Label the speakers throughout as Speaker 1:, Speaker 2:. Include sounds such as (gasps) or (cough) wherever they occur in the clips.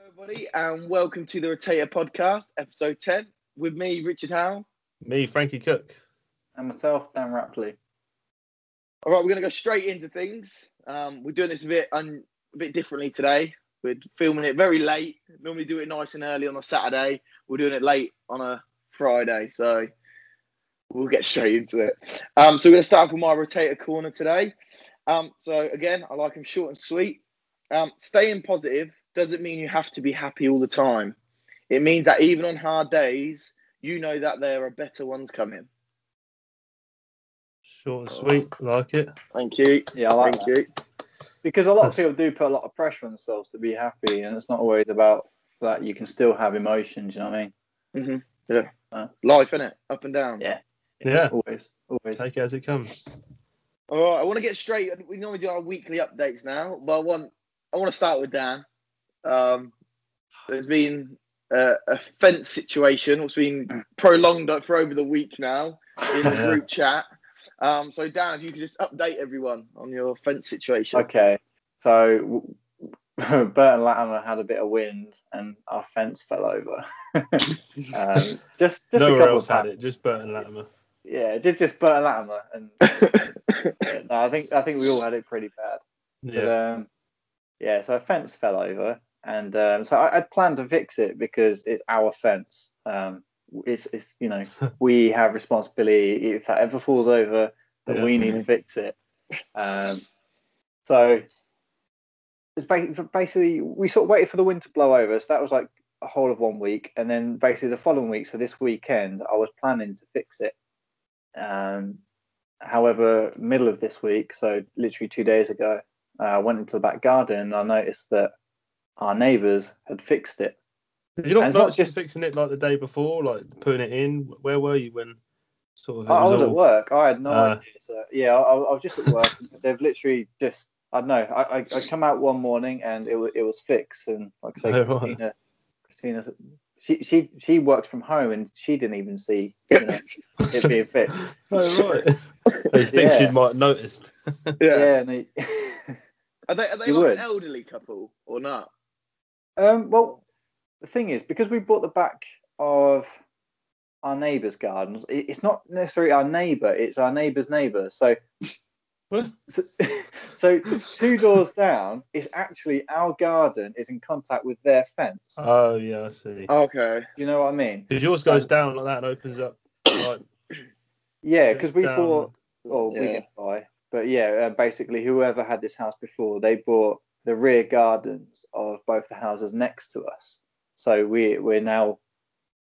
Speaker 1: everybody, and welcome to the Rotator Podcast, episode 10, with me, Richard Howe.
Speaker 2: Me, Frankie Cook.
Speaker 3: And myself, Dan Rapley.
Speaker 1: All right, we're going to go straight into things. Um, we're doing this a bit un- a bit differently today. We're filming it very late. Normally do it nice and early on a Saturday. We're doing it late on a Friday, so we'll get straight into it. Um, so we're going to start off with my Rotator Corner today. Um, so again, I like them short and sweet. Um, staying positive doesn't mean you have to be happy all the time. It means that even on hard days, you know that there are better ones coming.
Speaker 2: Short and sweet,
Speaker 3: Oh.
Speaker 2: like it.
Speaker 1: Thank you.
Speaker 3: Yeah, I like
Speaker 1: Thank
Speaker 3: that.
Speaker 1: you.
Speaker 3: Because a lot
Speaker 2: That's-
Speaker 3: of people do put a lot of pressure on themselves to be happy, and it's not always about that. You can still have emotions, you know what I mean?
Speaker 1: Life, innit? Up and down.
Speaker 3: Yeah.
Speaker 2: Yeah.
Speaker 3: Always, always. (laughs)
Speaker 2: Take it as it comes.
Speaker 1: All right, I want to get straight. We normally do our weekly updates now, but I want I want to start with Dan. Um, there's been uh, a fence situation. It's been prolonged for over the week now in the
Speaker 2: Yeah.
Speaker 1: group chat. Um, so Dan, if you could just update everyone on your fence situation.
Speaker 3: Okay, so w- (laughs) Burton Latimer had a bit of wind, and our fence fell over. (laughs) um, just, just a
Speaker 2: Nowhere
Speaker 3: couple
Speaker 2: else had
Speaker 3: times.
Speaker 2: it, just Burton Latimer.
Speaker 3: Yeah, just just Burton Latimer, and
Speaker 2: (laughs)
Speaker 3: no, I think I think we all had it pretty bad. But,
Speaker 2: Yeah.
Speaker 3: um, yeah, so a fence fell over, and um, so I, I planned to fix it because it's our fence. Um, it's, it's you know we have responsibility if that ever falls over that
Speaker 2: Yeah.
Speaker 3: we need to fix it. Um, so it's ba- basically we sort of waited for the wind to blow over. So that was like a whole of one week, and then basically the following week. So this weekend I was planning to fix it. Um, however, middle of this week, so literally two days ago, uh, I went into the back garden and I noticed that our neighbours had fixed it.
Speaker 2: Did you
Speaker 3: and
Speaker 2: not,
Speaker 3: it's
Speaker 2: not
Speaker 3: not just-
Speaker 2: just fixing it like the day before, like putting it in? Where were you when sort of it
Speaker 3: I, I was
Speaker 2: all-
Speaker 3: at work. I had no
Speaker 2: Uh.
Speaker 3: idea. So yeah, I, I was just at work. (laughs) They've literally just. I don't know. I, I, I come out one morning and it was it was fixed and like I say,
Speaker 2: Oh, (laughs) right.
Speaker 3: Christina, Christina, she she she works from home and she didn't even see
Speaker 2: (laughs)
Speaker 3: you know, it being fixed.
Speaker 2: (laughs) Oh, right.
Speaker 3: (laughs)
Speaker 2: I just think
Speaker 3: Yeah.
Speaker 2: she might have noticed. (laughs)
Speaker 1: yeah.
Speaker 3: Yeah. and they-
Speaker 1: Are they are they
Speaker 3: You
Speaker 1: like
Speaker 3: would.
Speaker 1: an elderly couple or not?
Speaker 3: (laughs) um. Well, the thing is, because we bought the back of our neighbour's gardens, it, it's not necessarily our neighbour. It's our neighbour's neighbour. So
Speaker 2: What?
Speaker 3: so, so two doors down is actually our garden is in contact with their fence. Do
Speaker 2: Oh, yeah, I see.
Speaker 1: Okay.
Speaker 3: you know what I mean?
Speaker 2: Because yours goes down like that and opens up. Like,
Speaker 3: (coughs) Yeah, because we
Speaker 2: down.
Speaker 3: bought, or we
Speaker 1: Yeah.
Speaker 3: didn't buy, but yeah, uh, basically whoever had this house before, they bought the rear gardens of both the houses next to us. So we we're now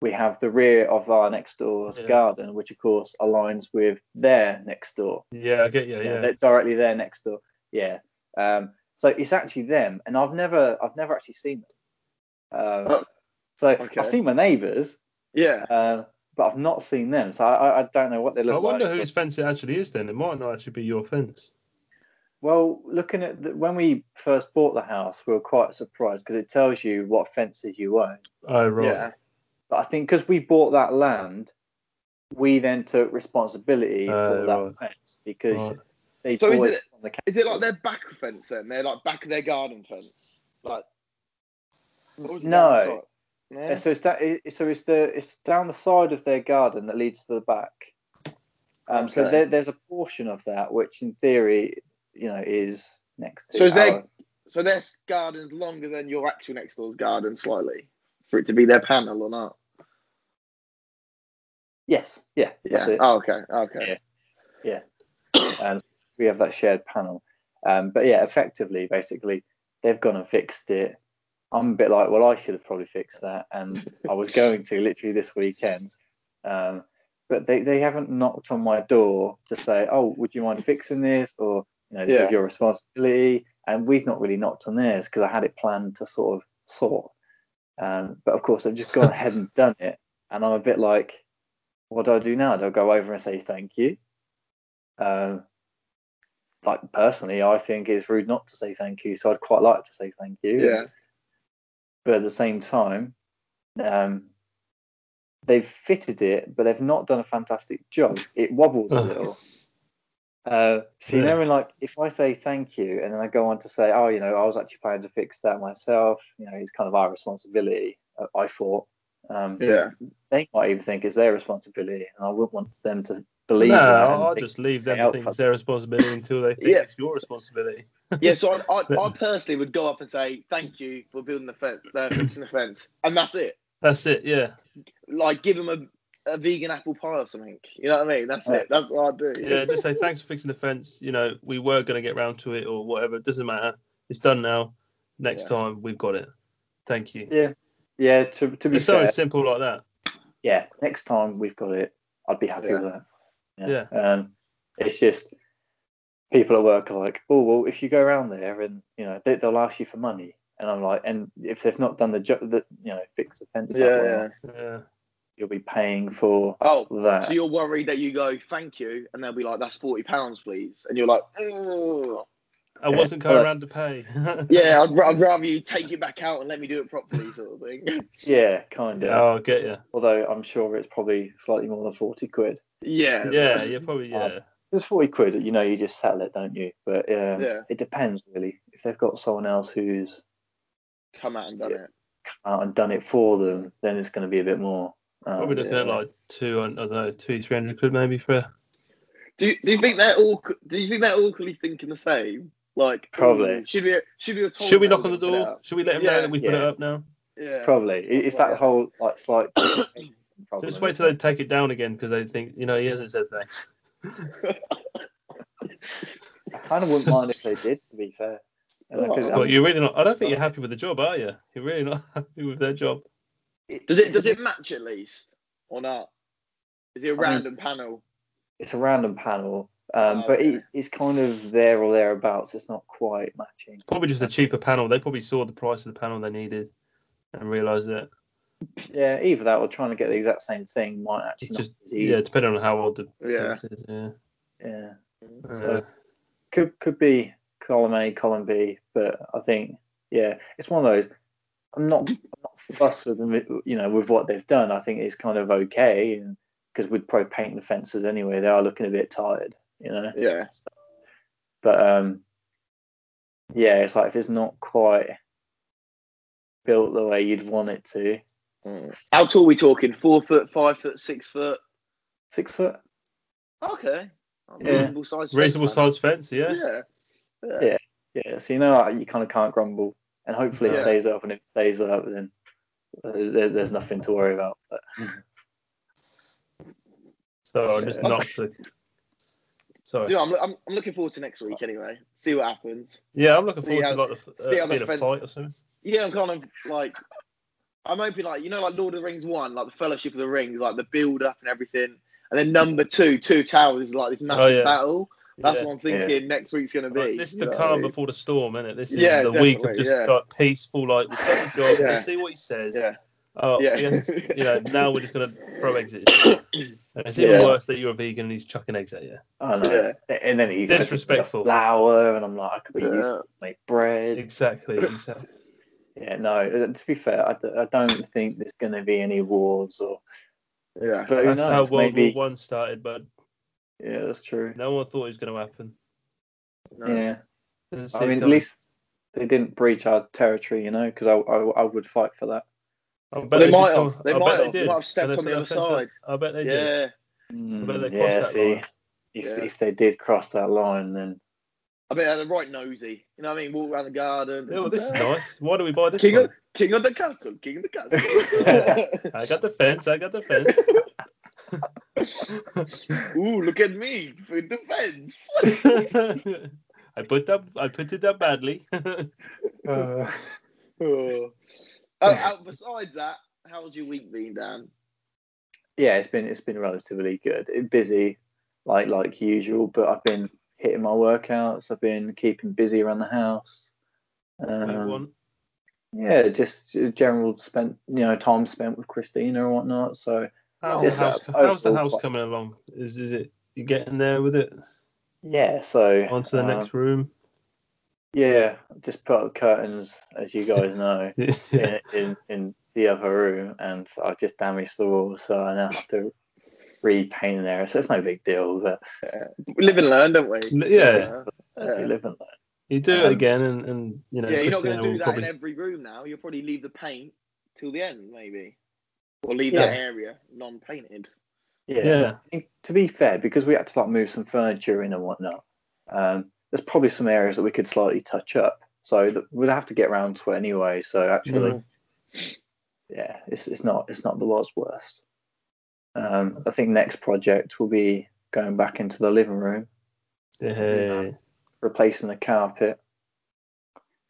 Speaker 3: we have the rear of our next door's
Speaker 2: Yeah.
Speaker 3: garden, which of course aligns with their next door.
Speaker 2: Yeah, I get you. Yeah.
Speaker 3: yeah, they're directly there next door. Yeah. Um, so it's actually them, and I've never, I've never actually seen them. Um,
Speaker 1: Oh,
Speaker 3: so
Speaker 1: okay.
Speaker 3: I've seen my neighbours,
Speaker 1: Yeah.
Speaker 3: um, but I've not seen them. So I, I- I don't know what they look
Speaker 2: I wonder
Speaker 3: like.
Speaker 2: whose fence it actually is then. It might not actually be your fence.
Speaker 3: Well, looking at the, when we first bought the house, we were quite surprised because it tells you what fences you own.
Speaker 2: Oh, right.
Speaker 1: Yeah.
Speaker 3: But I think because we bought that land, we then took responsibility
Speaker 2: Oh,
Speaker 3: for that
Speaker 2: right.
Speaker 3: fence because
Speaker 2: Right.
Speaker 3: they
Speaker 1: So is
Speaker 3: always
Speaker 1: it-
Speaker 3: on the
Speaker 1: Is it like their back fence then? They're like back of their garden fence. Like what was it
Speaker 3: No.
Speaker 1: down the
Speaker 3: Yeah,
Speaker 1: side?
Speaker 3: so it's that. it- So it's the it's down the side of their garden that leads to the back. Um, So
Speaker 1: Okay.
Speaker 3: there, there's a portion of that which, in theory, you know, is next. To
Speaker 1: So is there-
Speaker 3: our-
Speaker 1: So their garden's longer than your actual next door's garden slightly for it to be their panel or not.
Speaker 3: Yes. Yeah. That's
Speaker 1: Yeah.
Speaker 3: it.
Speaker 1: Oh, okay. Okay.
Speaker 3: Um, we have that shared panel. Um, but yeah, effectively, basically, they've gone and fixed it. I'm a bit like, well, I should have probably fixed that, and I was going to literally this weekend. Um, but they, they haven't knocked on my door to say, oh, would you mind fixing this? Or, you know, this
Speaker 1: Yeah.
Speaker 3: is your responsibility. And we've not really knocked on theirs because I had it planned to sort of sort. Um, but of course, they've just gone ahead and done it. And I'm a bit like, what do I do now? Do I go over and say thank you? Um, like personally, I think it's rude not to say thank you. So I'd quite like to say thank you.
Speaker 1: Yeah.
Speaker 3: But at the same time, um, they've fitted it, but they've not done a fantastic job. It wobbles a
Speaker 2: Oh.
Speaker 3: little. Uh, see,
Speaker 2: Yeah.
Speaker 3: knowing like if I say thank you and then I go on to say, oh, you know, I was actually planning to fix that myself. You know, it's kind of our responsibility. uh, I thought um,
Speaker 1: Yeah.
Speaker 3: they might even think it's their responsibility, and I wouldn't want them to believe.
Speaker 2: No,
Speaker 3: that and
Speaker 2: I'll I'll
Speaker 3: think-
Speaker 2: just leave them
Speaker 3: they
Speaker 2: to
Speaker 3: are
Speaker 2: think it's their responsibility until they think
Speaker 1: Yeah.
Speaker 2: it's your responsibility.
Speaker 1: Yeah, so I, I, I personally would go up and say, thank you for building the fence, uh, fixing the fence. And that's it.
Speaker 2: That's it. Yeah.
Speaker 1: Like, give them a, a vegan apple pie or something. You know what I mean? That's it. That's what I'd do. (laughs)
Speaker 2: Yeah. Just say thanks for fixing the fence. You know, we were going to get round to it or whatever. It doesn't matter. It's done now. Next
Speaker 1: Yeah.
Speaker 2: time we've got it. Thank you.
Speaker 3: yeah, yeah. To to be
Speaker 2: It's
Speaker 3: fair,
Speaker 2: so simple like that.
Speaker 3: yeah. Next time we've got it, I'd be happy
Speaker 1: Yeah.
Speaker 3: with that. Um, it's just people at work are like, oh well, if you go around there and you know they, they'll ask you for money, and I'm like, and if they've not done the job, that you know, fix the fence, that
Speaker 1: Yeah,
Speaker 3: well,
Speaker 1: yeah.
Speaker 2: Yeah.
Speaker 3: you'll be paying for
Speaker 1: Oh,
Speaker 3: that.
Speaker 1: so you're worried that you go, thank you, and they'll be like, that's forty pounds, please, and you're like, "Ugh."
Speaker 2: I
Speaker 3: Okay,
Speaker 2: wasn't going
Speaker 3: alright.
Speaker 2: around to pay. (laughs)
Speaker 1: yeah, I'd, ra- I'd rather you take it back out and let me do it properly, sort of thing. (laughs)
Speaker 3: yeah, kind of.
Speaker 2: Oh, I get you.
Speaker 3: Although I'm sure it's probably slightly more than forty quid.
Speaker 1: Yeah,
Speaker 2: Yeah, you're probably
Speaker 3: Um,
Speaker 2: yeah.
Speaker 3: It's forty quid. You know, you just settle it, don't you? But um,
Speaker 1: Yeah.
Speaker 3: it depends really. If they've got someone else who's
Speaker 1: come out and done it.
Speaker 3: come out and done it for them, then it's going to be a bit more. Um,
Speaker 2: Probably looking at
Speaker 1: yeah.
Speaker 2: like two, I don't know, two, three hundred quid maybe for.
Speaker 1: Do Do you think they're all? Do you think they're awkwardly thinking the same? Like,
Speaker 3: Probably.
Speaker 1: "Ooh, should we? Should we? have told
Speaker 2: Should we
Speaker 1: them
Speaker 2: knock on the
Speaker 1: put it
Speaker 2: door?
Speaker 1: out?"
Speaker 2: Should we let him
Speaker 1: Yeah,
Speaker 2: know that we put it
Speaker 3: yeah.
Speaker 2: up now?
Speaker 1: Yeah,
Speaker 3: Probably It- it's that whole like slight. (coughs)
Speaker 2: (coughs)
Speaker 3: problem,
Speaker 2: Just wait
Speaker 3: isn't
Speaker 2: till they
Speaker 3: it?
Speaker 2: take it down again because they think you know he hasn't said thanks.
Speaker 3: I kind of wouldn't mind if they did. To be fair, um, And I
Speaker 1: Well,
Speaker 3: could- I
Speaker 2: Well,
Speaker 3: mean,
Speaker 2: you're really not. I don't think you're happy with the job, are you? You're really not (laughs) happy with their job.
Speaker 1: Does it? Does it match at least or not? Is it a
Speaker 3: mean-
Speaker 1: random panel?
Speaker 3: It's a random panel, um,
Speaker 1: Oh,
Speaker 3: but
Speaker 1: okay.
Speaker 3: it, it's kind of there or thereabouts. It's not quite matching.
Speaker 2: Probably just a cheaper panel. They probably saw the price of the panel they needed and realised that.
Speaker 3: Yeah, either that or trying to get the exact same thing might actually
Speaker 2: It's just
Speaker 3: not be
Speaker 2: yeah,
Speaker 3: as easy.
Speaker 2: depending on how old the
Speaker 1: Yeah.
Speaker 2: fence is. Yeah.
Speaker 3: yeah.
Speaker 2: Uh,
Speaker 3: could could be column A, column B, but I think yeah, it's one of those. I'm not I'm not fussed with them, you know, with what they've done. I think it's kind of okay, and because we'd probably paint the fences anyway. They are looking a bit tired, you know.
Speaker 1: Yeah,
Speaker 3: But um, yeah, it's like if it's not quite built the way you'd want it to,
Speaker 1: Mm. how tall are we talking? Four foot, five foot, six foot?
Speaker 3: six foot.
Speaker 1: Okay,
Speaker 3: Yeah.
Speaker 1: reasonable size.
Speaker 2: reasonable
Speaker 1: fence,
Speaker 2: size fence.
Speaker 1: man.
Speaker 2: Yeah.
Speaker 1: Yeah.
Speaker 3: Yeah, so you know like, you kind of can't grumble, and hopefully
Speaker 1: Yeah.
Speaker 3: it stays up. And if it stays up, then uh, there, there's nothing to worry about. But
Speaker 2: So I just
Speaker 3: Yeah.
Speaker 2: knocked the.
Speaker 1: So,
Speaker 2: Sorry.
Speaker 1: you know, I'm, I'm, I'm looking forward to next week anyway. See what happens.
Speaker 2: Yeah, I'm looking
Speaker 1: See
Speaker 2: forward
Speaker 1: how-
Speaker 2: to like the, f-
Speaker 1: see
Speaker 2: uh,
Speaker 1: how the
Speaker 2: being a
Speaker 1: fence-
Speaker 2: fight or something.
Speaker 1: Yeah, I'm kind of like, I'm hoping like you know like Lord of the Rings one, like the Fellowship of the Rings, like the build up and everything, and then number two, Two Towers is like this massive
Speaker 2: Oh, yeah.
Speaker 1: battle. That's
Speaker 2: Yeah.
Speaker 1: what I'm thinking next week's gonna be.
Speaker 2: Like, this
Speaker 1: you
Speaker 2: is the
Speaker 1: know what I
Speaker 2: calm
Speaker 1: mean?
Speaker 2: before the storm, isn't it? This is
Speaker 1: Yeah,
Speaker 2: the week of
Speaker 1: definitely,
Speaker 2: just
Speaker 1: yeah.
Speaker 2: like peaceful, like we've done
Speaker 1: (laughs)
Speaker 2: the job,
Speaker 1: Yeah.
Speaker 2: let's see what he says.
Speaker 1: Yeah.
Speaker 2: Oh,
Speaker 1: Yeah.
Speaker 2: yes, you know, now we're just gonna throw
Speaker 1: (coughs)
Speaker 2: eggs at you. And it's even
Speaker 1: Yeah.
Speaker 2: worse that you're a vegan and he's chucking eggs at you.
Speaker 3: I know.
Speaker 1: Yeah.
Speaker 3: And then he
Speaker 2: Disrespectful.
Speaker 3: flour, and I'm like, I could be used
Speaker 1: Yeah.
Speaker 3: to make bread.
Speaker 2: Exactly. exactly.
Speaker 3: Yeah, no. uh, To be fair, I, d- I don't think there's going to be any wars or.
Speaker 1: Yeah,
Speaker 3: But who
Speaker 2: That's how
Speaker 3: knows?
Speaker 2: World
Speaker 3: Maybe.
Speaker 2: War One started, but
Speaker 3: Yeah, that's true.
Speaker 2: no one thought it was gonna happen.
Speaker 1: no.
Speaker 3: Yeah,
Speaker 2: Doesn't
Speaker 3: I
Speaker 2: seem
Speaker 3: mean,
Speaker 2: to
Speaker 3: at
Speaker 2: me.
Speaker 3: least they didn't breach our territory, you know, because I, I I would fight for that.
Speaker 2: I bet
Speaker 1: But they
Speaker 2: did
Speaker 1: might
Speaker 2: come-
Speaker 1: have. They
Speaker 2: I bet
Speaker 1: might
Speaker 2: they
Speaker 1: have.
Speaker 2: did.
Speaker 1: Might have stepped
Speaker 2: And they
Speaker 1: on the other
Speaker 2: put a fence up.
Speaker 1: side.
Speaker 2: I bet they did.
Speaker 1: yeah,
Speaker 2: I bet they
Speaker 3: Mm,
Speaker 2: crossed
Speaker 3: yeah,
Speaker 2: that
Speaker 3: see,
Speaker 2: line.
Speaker 3: if
Speaker 1: Yeah.
Speaker 3: if they did cross that line, then
Speaker 1: I mean, they're right nosy. You know what I mean? Walk around the garden.
Speaker 2: Yeah, well, Oh, this
Speaker 1: (laughs)
Speaker 2: is nice. Why do we buy this
Speaker 1: King
Speaker 2: one?
Speaker 1: of, king of the castle, king of the castle. (laughs)
Speaker 2: I got the fence. I got the fence. (laughs)
Speaker 1: Ooh, look at me with the fence.
Speaker 2: I put up. I put it up badly. (laughs) Uh,
Speaker 1: oh, (laughs) uh, uh, besides that, how's your week been, Dan?
Speaker 3: yeah, it's been it's been relatively good. It- busy, like like usual, but I've been hitting my workouts. I've been keeping busy around the house.
Speaker 2: Big
Speaker 3: Um,
Speaker 2: one.
Speaker 3: yeah, just uh, general spent you know time spent with Christina and whatnot. So
Speaker 2: How's,
Speaker 1: Yes,
Speaker 2: the house,
Speaker 3: uh,
Speaker 2: how's the
Speaker 3: overall
Speaker 2: house
Speaker 3: quite-
Speaker 2: coming along? Is is it you getting there with it?
Speaker 3: yeah, so
Speaker 2: On to the
Speaker 3: um,
Speaker 2: next room. (laughs)
Speaker 3: Yeah, just put up curtains, as
Speaker 2: (laughs)
Speaker 3: you guys know, in, in in the other room, and I just damaged the wall, so I now have to read pain and error, so it's no big deal. But
Speaker 1: We live and learn, don't we?
Speaker 2: Yeah,
Speaker 1: Yeah.
Speaker 3: you live and learn.
Speaker 2: you do it
Speaker 3: Um,
Speaker 2: again, and, and you know,
Speaker 1: yeah, you're not going to
Speaker 2: Christina
Speaker 1: do
Speaker 2: will
Speaker 1: that
Speaker 2: probably-
Speaker 1: in every room now. You'll probably leave the paint till the end, maybe, or leave that
Speaker 3: Yeah.
Speaker 1: area non-painted.
Speaker 2: yeah,
Speaker 3: think- to be fair, because we had to like move some furniture in and whatnot, um, there's probably some areas that we could slightly touch up. So that we'd have to get round to it anyway. So actually, yeah, it's it's not it's not the world's worst. Um, I think next project will be going back into the living room,
Speaker 2: yeah.
Speaker 3: Uh, replacing the carpet.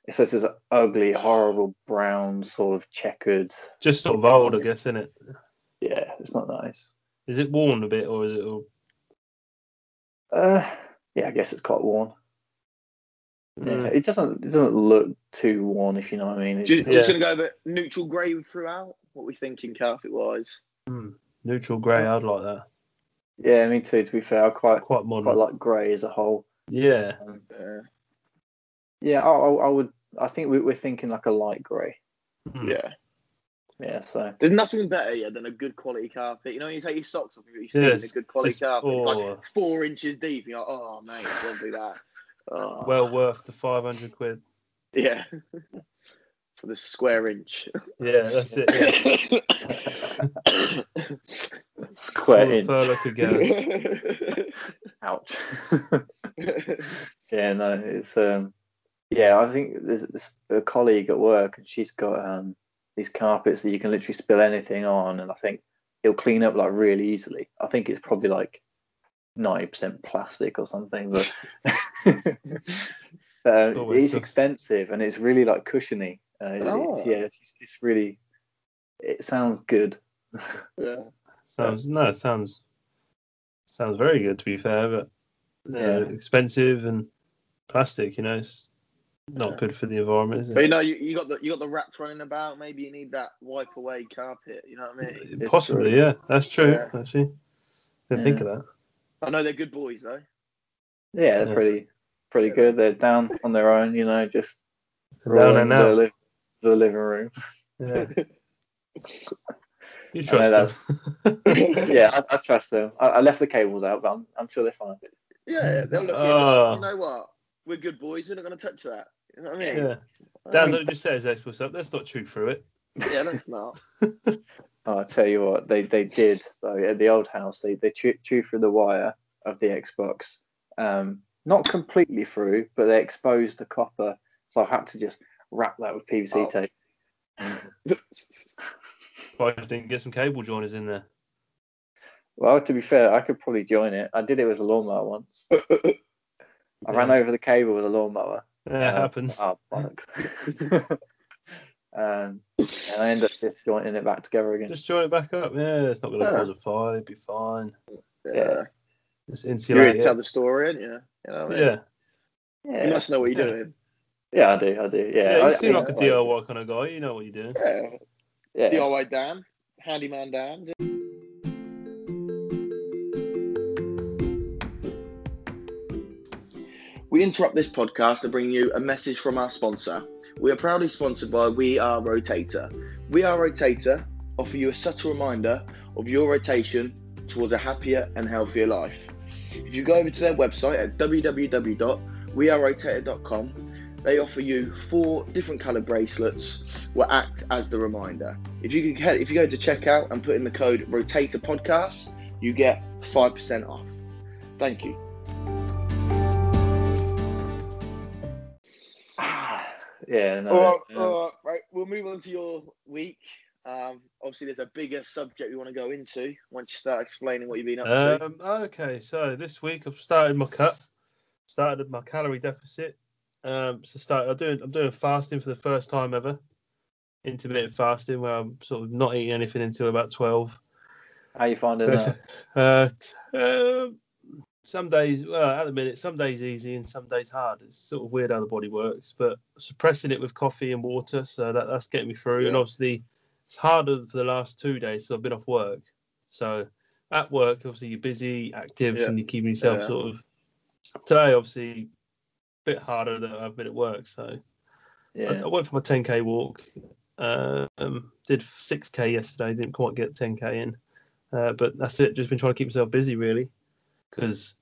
Speaker 3: It says this ugly, horrible brown sort of checkered.
Speaker 2: Just sort of old, I guess, isn't it?
Speaker 3: Yeah, it's not nice.
Speaker 2: Is it worn a bit, or is it? All...
Speaker 3: Uh, yeah, I guess it's quite worn. Yeah,
Speaker 2: Mm.
Speaker 3: it doesn't it doesn't look too worn if you know what I mean. It's,
Speaker 1: Just,
Speaker 2: Yeah.
Speaker 1: just going to go over neutral grey throughout. What we thinking carpet-wise?
Speaker 2: Mm. Neutral grey, I'd like that.
Speaker 3: yeah, me too. To be fair, I quite
Speaker 2: Quite modern.
Speaker 3: quite like grey as a whole.
Speaker 2: Yeah,
Speaker 1: Uh,
Speaker 3: Yeah, I, I, I would. I think we, we're thinking like a light grey.
Speaker 2: Mm.
Speaker 1: Yeah,
Speaker 3: Yeah, so
Speaker 1: there's nothing better yeah, than a good quality carpet. You know, when you take your socks off, you stick
Speaker 2: Yes,
Speaker 1: in a good quality
Speaker 2: just-
Speaker 1: carpet, It's
Speaker 2: oh.
Speaker 1: like four inches deep. You're like, oh mate, don't do that. Oh,
Speaker 2: well worth the five hundred quid.
Speaker 1: yeah, (laughs) for the square inch. (laughs)
Speaker 2: Yeah, that's
Speaker 3: (laughs)
Speaker 2: it. Yeah.
Speaker 3: square
Speaker 2: All the
Speaker 3: inch
Speaker 2: further could go.
Speaker 3: (laughs) out. yeah, no, it's um, yeah. I think there's, there's a colleague at work, and she's got um these carpets that you can literally spill anything on, and I think it'll clean up like really easily. I think it's probably like ninety percent plastic or something, but (laughs) but, um,
Speaker 2: Always
Speaker 3: it's
Speaker 2: does.
Speaker 3: expensive and it's really like cushiony. Uh, it-
Speaker 1: Oh.
Speaker 3: it's, yeah, it's, it's really. It sounds good.
Speaker 1: yeah.
Speaker 2: Sounds no, it sounds sounds very good to be fair, but you know,
Speaker 3: Yeah.
Speaker 2: expensive and plastic. You know, it's not
Speaker 1: Yeah.
Speaker 2: good for the environment, is
Speaker 1: But you
Speaker 2: it?
Speaker 1: know, you, you got the you got the rats running about. Maybe you need that wipe away carpet. You know what I mean?
Speaker 3: it's
Speaker 2: Uh, Possibly,
Speaker 3: true.
Speaker 2: yeah. That's true.
Speaker 1: Yeah.
Speaker 2: Actually, didn't think of that.
Speaker 1: I know they're good boys though.
Speaker 3: Yeah, they're
Speaker 2: Yeah.
Speaker 3: pretty pretty good. They're down on their own, you know, just
Speaker 2: Down and
Speaker 3: ruling The,
Speaker 2: out.
Speaker 3: liv- the living room.
Speaker 2: Yeah. You
Speaker 3: I know
Speaker 2: trust them. (laughs)
Speaker 3: yeah, I, I trust them. I, I left the cables out, but I'm, I'm sure they're fine.
Speaker 1: Yeah, they'll look.
Speaker 2: Oh.
Speaker 1: you know what? We're good boys. We're not going to touch that. You know what I mean?
Speaker 2: yeah.
Speaker 1: I
Speaker 2: Dan,
Speaker 1: mean,
Speaker 2: don't just say his ex was up. That's not true through it.
Speaker 1: yeah, that's not.
Speaker 3: Oh, I tell you what, they they did though at the old house. They they chew, chew through the wire of the Xbox, um, not completely through, but they exposed the copper. So I had to just wrap that with PVC
Speaker 1: Oh.
Speaker 3: tape.
Speaker 2: I just didn't get some cable joiners in there.
Speaker 3: Well, to be fair, I could probably join it. I did it with a
Speaker 2: (laughs)
Speaker 3: lawnmower once. I ran
Speaker 2: Yeah.
Speaker 3: over the cable with a lawnmower.
Speaker 2: (laughs) Yeah, it
Speaker 3: Uh,
Speaker 2: happens.
Speaker 3: Oh, bollocks. (laughs) um, and I end up just joining it back together again.
Speaker 2: Just join it back up. Yeah, it's not going to
Speaker 1: Yeah.
Speaker 2: cause a fire. It'd be fine.
Speaker 1: yeah,
Speaker 2: Just
Speaker 1: you're here
Speaker 2: insulate
Speaker 1: to
Speaker 2: it.
Speaker 1: tell the story, aren't you? You know what I mean?
Speaker 2: yeah.
Speaker 1: You
Speaker 3: yeah.
Speaker 1: must know what you're
Speaker 2: Yeah.
Speaker 1: doing.
Speaker 3: yeah, I do. I do. Yeah.
Speaker 2: Yeah,
Speaker 3: I,
Speaker 2: you seem
Speaker 3: I-
Speaker 2: like a
Speaker 3: I-
Speaker 2: DIY kind of guy. You know what you're doing.
Speaker 1: Yeah.
Speaker 3: yeah.
Speaker 1: DIY Dan, handyman Dan. We interrupt this podcast to bring you a message from our sponsor. We are proudly sponsored by We Are Rotator. We Are Rotator offer you a subtle reminder of your rotation towards a happier and healthier life. If you go over to their website at www.wearerotator.com, they offer you four different coloured bracelets will act as the reminder. If you can, if you go to checkout and put in the code Rotator Podcast, you get five percent off. Thank you.
Speaker 3: Ah, (sighs) yeah.
Speaker 2: Oh,
Speaker 3: No,
Speaker 1: All right,
Speaker 3: um,
Speaker 1: all right, right, we'll move on to your week. Um, obviously, there's a bigger subject we want to go into once you start explaining what you've been up to.
Speaker 2: Um, okay, so this week I've started my cut, started my calorie deficit. Um, so start, I'm doing I'm doing fasting for the first time ever, intermittent fasting, where I'm sort of not eating anything until about twelve.
Speaker 3: how you finding that?
Speaker 2: Uh, t- um, some days, well, at the minute, some days easy and some days hard. It's sort of weird how the body works, but suppressing it with coffee and water, so that, that's getting me through. And
Speaker 1: Yeah.
Speaker 2: obviously, it's harder for the last two days, so I've been off work. So at work, obviously, you're busy, active,
Speaker 1: Yeah.
Speaker 2: and you're keeping yourself
Speaker 1: Yeah.
Speaker 2: sort of. Today, obviously, a bit harder than I've been at work, so. I,
Speaker 3: Yeah.
Speaker 2: I went for my 10k walk. Um, did 6k yesterday. Didn't quite get 10k in. Uh, but that's it. Just been trying to keep myself busy really, because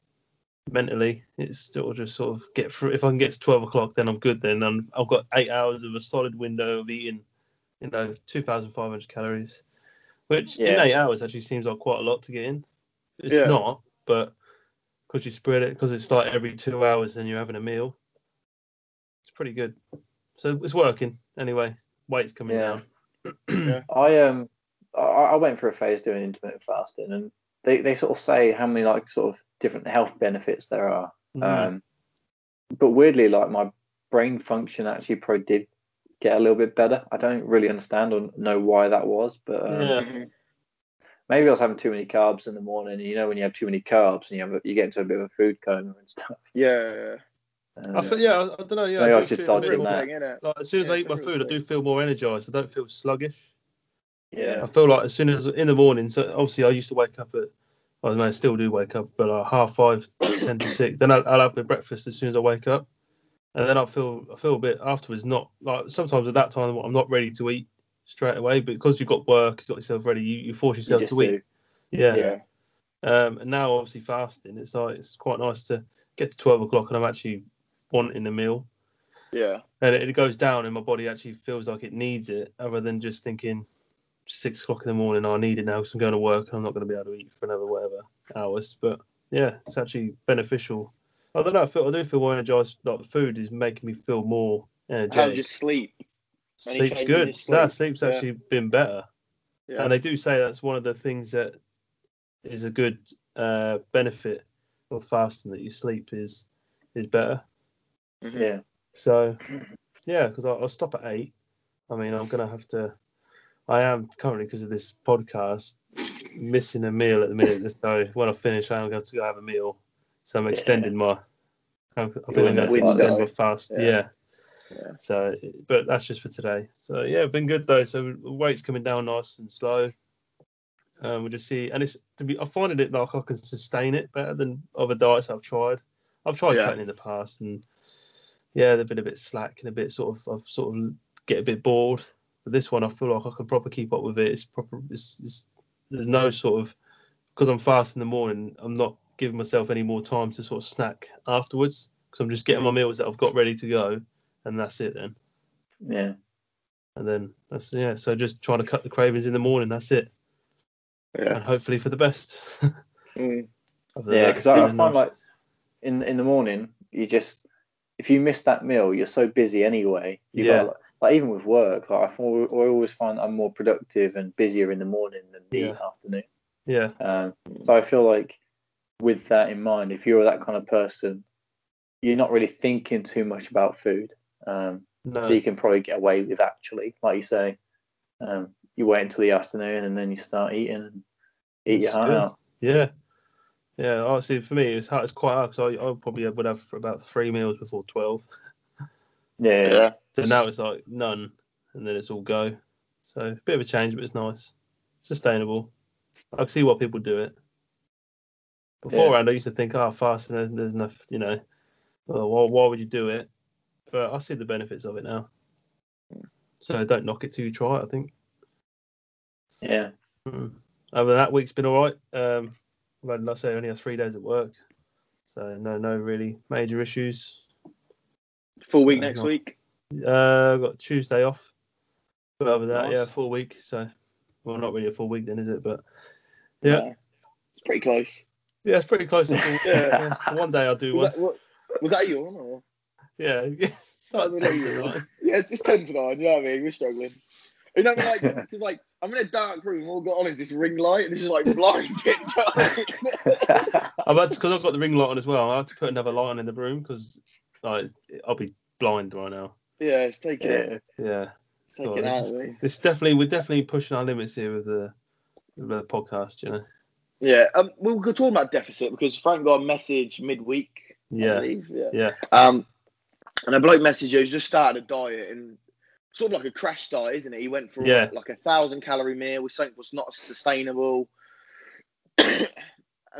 Speaker 2: mentally it's still just sort of get through. If I can get to twelve o'clock, then I'm good. Then and I've got eight hours of a solid window of eating, you know, two thousand five hundred calories, which in
Speaker 3: Yeah.
Speaker 2: eight hours actually seems like quite a lot to get in. It's
Speaker 1: Yeah.
Speaker 2: not, but because you spread it, because it's like every two hours and you're having a meal, it's pretty good. So it's working anyway. Weight's coming
Speaker 3: Yeah.
Speaker 2: down.
Speaker 3: I um I, I went through a phase doing intermittent fasting, and they, they sort of say how many like sort of different health benefits there are.
Speaker 2: Mm.
Speaker 3: Um, but weirdly, like my brain function actually probably did get a little bit better. I don't really understand or know why that was, but um,
Speaker 2: Yeah.
Speaker 3: maybe I was having too many carbs in the morning. You know, when you have too many carbs and you have a, you get into a bit of a food coma and stuff.
Speaker 1: (laughs) Yeah.
Speaker 3: Um,
Speaker 2: I feel, yeah, I, I don't know. Yeah,
Speaker 3: So I
Speaker 2: do
Speaker 3: just
Speaker 2: feel a
Speaker 3: dodged
Speaker 2: bit
Speaker 3: it
Speaker 1: Real
Speaker 2: more-
Speaker 3: now.
Speaker 1: thing, innit?
Speaker 2: Like as soon as
Speaker 1: Yeah,
Speaker 2: I
Speaker 1: it's
Speaker 2: eat my
Speaker 1: a real
Speaker 2: food, I
Speaker 1: thing.
Speaker 2: do feel more energized. I don't feel sluggish.
Speaker 3: yeah,
Speaker 2: I feel like as soon as in the morning, so obviously I used to wake up at, I mean, I still do wake up, but like half five, (coughs) ten to six. Then I'll, I'll have my breakfast as soon as I wake up, and then I feel I feel a bit afterwards. Not like sometimes at that time I'm not ready to eat straight away, but because you've got work, you got yourself ready, you, you force
Speaker 3: you
Speaker 2: yourself
Speaker 3: just
Speaker 2: to eat.
Speaker 3: do.
Speaker 2: Yeah.
Speaker 1: Yeah.
Speaker 2: Um, and now obviously fasting, it's like it's quite nice to get to twelve o'clock and I'm actually wanting a meal.
Speaker 1: Yeah.
Speaker 2: and it, it goes down, and my body actually feels like it needs it, other than just thinking six o'clock in the morning, I need it now because I'm going to work and I'm not going to be able to eat for another whatever hours. But yeah, it's actually beneficial. I don't know. I, feel, I do feel more energized. Like food is making me feel more
Speaker 1: How
Speaker 2: energetic.
Speaker 1: does you sleep? any
Speaker 2: Sleep's
Speaker 1: change in
Speaker 2: good.
Speaker 1: your sleep?
Speaker 2: Nah, sleep's
Speaker 1: Yeah.
Speaker 2: actually been better.
Speaker 1: Yeah.
Speaker 2: And they do say that's one of the things that is a good uh, benefit of fasting that your sleep is is better.
Speaker 1: Mhm.
Speaker 3: Yeah,
Speaker 2: So, yeah, because I'll, I'll stop at eight. I mean, I'm gonna have to. I am currently because of this podcast missing a meal at the minute. So when I finish, I'm going to go have a meal. So I'm extending my. I I think I'm going to
Speaker 1: Window.
Speaker 2: extend my fast.
Speaker 1: Yeah.
Speaker 2: Yeah.
Speaker 1: Yeah.
Speaker 2: So, but that's just for today. So yeah, been good though. So weight's coming down nice and slow. Um, we'll just see, and it's to be. I find it like I can sustain it better than other diets I've tried. I've tried
Speaker 1: Yeah.
Speaker 2: cutting in the past, and yeah, they've been a bit slack and a bit sort of. I've sort of get a bit bored. But this one, I feel like I can proper keep up with it. It's proper. It's, it's there's no sort of because I'm fast in the morning. I'm not giving myself any more time to sort of snack afterwards because I'm just
Speaker 1: Mm.
Speaker 2: getting my meals that I've got ready to go, and that's it then.
Speaker 3: yeah.
Speaker 2: And then that's yeah. So just trying to cut the cravings in the morning. That's it,
Speaker 1: Yeah.
Speaker 2: and hopefully for the best. (laughs)
Speaker 1: Mm.
Speaker 2: Other than
Speaker 3: Yeah,
Speaker 2: that,
Speaker 3: 'cause I- I
Speaker 2: feeling
Speaker 3: find,
Speaker 2: nice.
Speaker 3: like, in in the morning you just if you miss that meal you're so busy anyway you
Speaker 2: Yeah.
Speaker 3: got like, like even with work like I, feel, I always find i'm more productive and busier in the morning than the
Speaker 2: Yeah.
Speaker 3: afternoon
Speaker 2: yeah,
Speaker 3: um, so i feel like with that in mind if you're that kind of person you're not really thinking too much about food um,
Speaker 2: no,
Speaker 3: so you can probably get away with actually like you say um, you wait until the afternoon and then you start eating and eat your
Speaker 2: That's
Speaker 3: heart
Speaker 2: good.
Speaker 3: out
Speaker 2: yeah, yeah. Honestly, for me, it's hard. It's quite hard because I, I probably would have about three meals before twelve.
Speaker 3: yeah,
Speaker 1: Yeah.
Speaker 2: So now it's like none, and then it's all go. So a bit of a change, but it's nice, sustainable. I can see why people do it. Beforehand, I used to think, oh, fasting, there's, there's enough, you know, well, why, why would you do it? But I see the benefits of it now. So don't knock it till you try it, I think.
Speaker 3: yeah.
Speaker 2: Mm. Other than that, week's been all right. Um, I've had, like I say, only had three days at work. So no, no really major issues.
Speaker 1: Full week
Speaker 2: Yeah,
Speaker 1: next
Speaker 2: go on.
Speaker 1: week.
Speaker 2: Uh, I've got Tuesday off. But other than that,
Speaker 3: Nice.
Speaker 2: yeah, full week. So, well, not really a full week then, is it? But Yeah.
Speaker 1: No. It's pretty close.
Speaker 2: yeah, it's pretty close. To full, yeah, yeah. One day I'll do
Speaker 1: Was (laughs)
Speaker 2: one.
Speaker 1: that, what, was that you on or?
Speaker 2: Yeah. (laughs) It's like
Speaker 1: Something like
Speaker 2: 10 to
Speaker 1: you.
Speaker 2: nine.
Speaker 1: (laughs) Yeah, it's, it's 10 to 9. You know what I mean? We're struggling. You know, like, 'cause, like I'm in a dark room. All got on is this ring light, and it's just like blind. (laughs)
Speaker 3: (laughs)
Speaker 2: I've had because I've got the ring light on as well. I have to put another light on in the room because like, I'll be blind right now.
Speaker 1: yeah, it's taking it.
Speaker 3: yeah.
Speaker 2: Yeah.
Speaker 1: It's taking
Speaker 2: Oh,
Speaker 1: it
Speaker 2: this
Speaker 1: out
Speaker 2: is-
Speaker 1: of me.
Speaker 2: This definitely we're definitely pushing our limits here with the, with the podcast. You know.
Speaker 1: Yeah, um, we were talking about deficit because Frank got a message midweek. I
Speaker 2: Yeah.
Speaker 1: believe. yeah,
Speaker 2: Yeah.
Speaker 1: Um, and a bloke messaged you. He's just started a diet and sort of like a crash diet, isn't it? He went for
Speaker 2: Yeah.
Speaker 1: like a thousand calorie meal with something was not sustainable. (coughs) and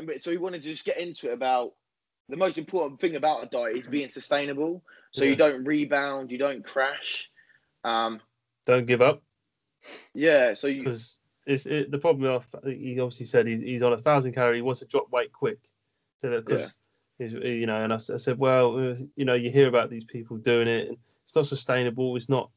Speaker 1: but, so he wanted to just get into it about the most important thing about a diet is being sustainable, so
Speaker 2: Yeah.
Speaker 1: you don't rebound, you don't crash. Um,
Speaker 2: Don't give up
Speaker 1: yeah, so you
Speaker 2: because it's it, the problem. of- He obviously said he's, he's on a thousand calorie. He wants to drop weight quick. So that because you know, and I, s- I said, well, uh, you know, you hear about these people doing it. And it's not sustainable. It's not.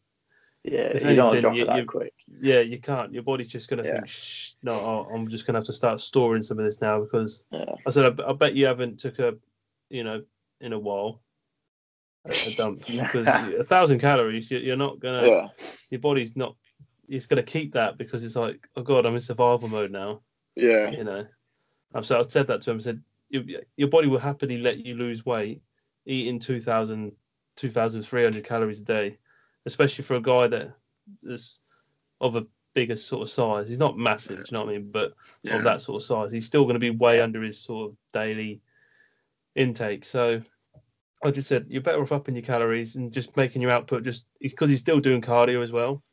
Speaker 3: Yeah,
Speaker 2: If
Speaker 3: you don't want
Speaker 2: anything,
Speaker 3: to drop
Speaker 2: you-
Speaker 3: it that
Speaker 2: you-
Speaker 3: quick.
Speaker 2: Yeah, you can't. Your body's just gonna
Speaker 3: Yeah.
Speaker 2: think, Shh, no, I- I'm just gonna have to start storing some of this now because
Speaker 1: Yeah.
Speaker 2: I said, I, b- I bet you haven't took a, you know, in a while. A a
Speaker 1: (laughs)
Speaker 2: dump because a thousand calories, you- you're not gonna,
Speaker 1: yeah.
Speaker 2: your body's not, it's gonna keep that because it's like, oh god, I'm in survival mode now.
Speaker 1: Yeah.
Speaker 2: you know. I've said, I've said that to him. I said, your, your body will happily let you lose weight eating 2,000, 2,300 calories a day, especially for a guy that is of a bigger sort of size. He's not massive, do you know what I mean? But
Speaker 1: Yeah.
Speaker 2: of that sort of size, he's still going to be way under his sort of daily intake. So I just said, you're better off upping your calories and just making your output just because he's still doing cardio as well.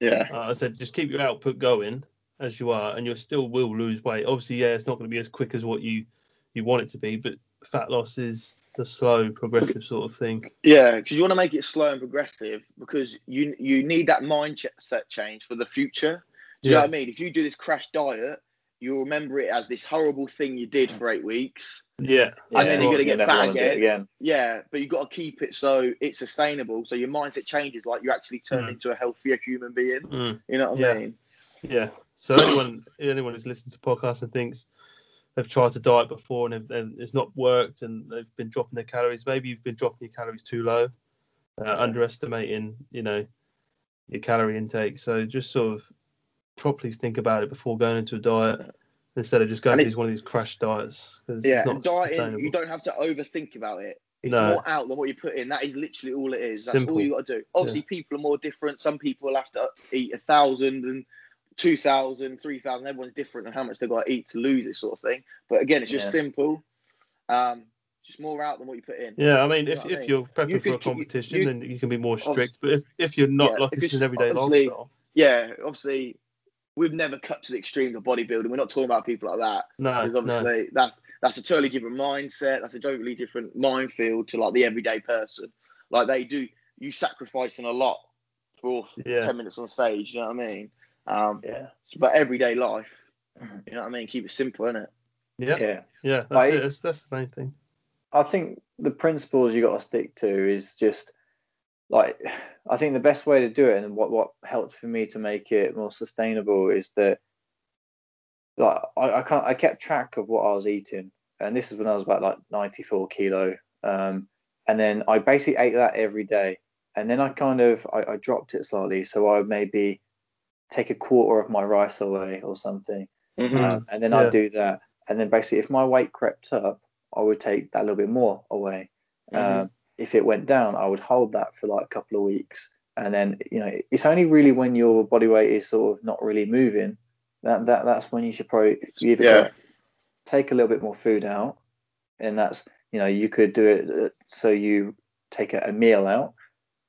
Speaker 1: Yeah.
Speaker 2: Uh, I said, just keep your output going as you are, and you will still will lose weight. Obviously, yeah, it's not going to be as quick as what you you want it to be, but fat loss is the slow, progressive sort of thing.
Speaker 1: Yeah, because you want to make it slow and progressive because you you need that mindset change for the future. Do you know
Speaker 2: Yeah.
Speaker 1: what I mean? If you do this crash diet, you'll remember it as this horrible thing you did for eight weeks.
Speaker 2: Yeah,
Speaker 1: And then you're
Speaker 2: that's what-
Speaker 1: gonna
Speaker 3: You
Speaker 1: get
Speaker 3: never
Speaker 1: fat
Speaker 3: wanna do it
Speaker 1: again. Yeah, but you've got to keep it so it's sustainable. So your mindset changes, like you actually turn
Speaker 2: Mm.
Speaker 1: into a healthier human being.
Speaker 2: Mm,
Speaker 1: You know what
Speaker 2: Yeah.
Speaker 1: I mean?
Speaker 2: yeah. So anyone anyone who's listening to podcasts and thinks they've tried to diet before and, they've, and it's not worked, and they've been dropping their calories. Maybe you've been dropping your calories too low, uh, underestimating, you know, your calorie intake. So just sort of properly think about it before going into a diet instead of just going
Speaker 1: And
Speaker 2: to
Speaker 1: it's-
Speaker 2: these, one of these crash diets. 'cause
Speaker 1: Yeah,
Speaker 2: it's not
Speaker 1: and dieting,
Speaker 2: sustainable.
Speaker 1: you don't have to overthink about it. It's
Speaker 2: No.
Speaker 1: more out than what you put in. That is literally all it is. That's
Speaker 2: Simple.
Speaker 1: all you got to do. Obviously, people are more different. Some people have to eat a thousand and two thousand, three thousand. Everyone's different on how much they've got to eat to lose this sort of thing. But again, it's just
Speaker 3: Yeah.
Speaker 1: simple. Um, just more out than what you put in.
Speaker 2: Yeah, I mean,
Speaker 1: You
Speaker 2: if,
Speaker 1: know what I
Speaker 2: if
Speaker 1: mean?
Speaker 2: you're prepping
Speaker 1: You
Speaker 2: for
Speaker 1: could keep-
Speaker 2: a
Speaker 1: you-
Speaker 2: competition,
Speaker 1: you-
Speaker 2: then you can be more
Speaker 1: Obvi-
Speaker 2: strict. But if, if you're not,
Speaker 1: Yeah,
Speaker 2: like
Speaker 1: if
Speaker 2: it's
Speaker 1: it's-
Speaker 2: an everyday
Speaker 1: obviously-
Speaker 2: lifestyle.
Speaker 1: Yeah, obviously, we've never cut to the extremes of bodybuilding. We're not talking about people like that.
Speaker 2: No,
Speaker 1: Because
Speaker 2: no,
Speaker 1: obviously, that's that's a totally different mindset. That's a totally different minefield to like the everyday person. Like they do, you sacrificing a lot for
Speaker 2: yeah,
Speaker 1: ten minutes on stage. You know what I mean? Um,
Speaker 3: again.
Speaker 1: but everyday life, you know what I mean. Keep it simple, innit?
Speaker 2: yeah,
Speaker 3: Yeah, yeah.
Speaker 2: yeah. That's
Speaker 3: Like-
Speaker 2: it. That's, that's the main thing.
Speaker 3: I think the principles you got to stick to is just like (sighs) I think the best way to do it, and what what helped for me to make it more sustainable is that like I, I can't I kept track of what I was eating, and this is when I was about like ninety four kilo, um, and then I basically ate that every day, and then I kind of I, I dropped it slightly, so I would maybe take a quarter of my rice away or something.
Speaker 2: Mm.
Speaker 1: Uh,
Speaker 3: Um, and then
Speaker 2: yeah.
Speaker 3: I'd do that. And then basically, if my weight crept up, I would take that little bit more away.
Speaker 2: Mm-hmm.
Speaker 3: Um, if it went down, I would hold that for like a couple of weeks. And then, you know, it's only really when your body weight is sort of not really moving that, that that's when you should probably you either
Speaker 1: Yeah.
Speaker 3: go, take a little bit more food out. And that's, you know, you could do it uh, so you take a, a meal out,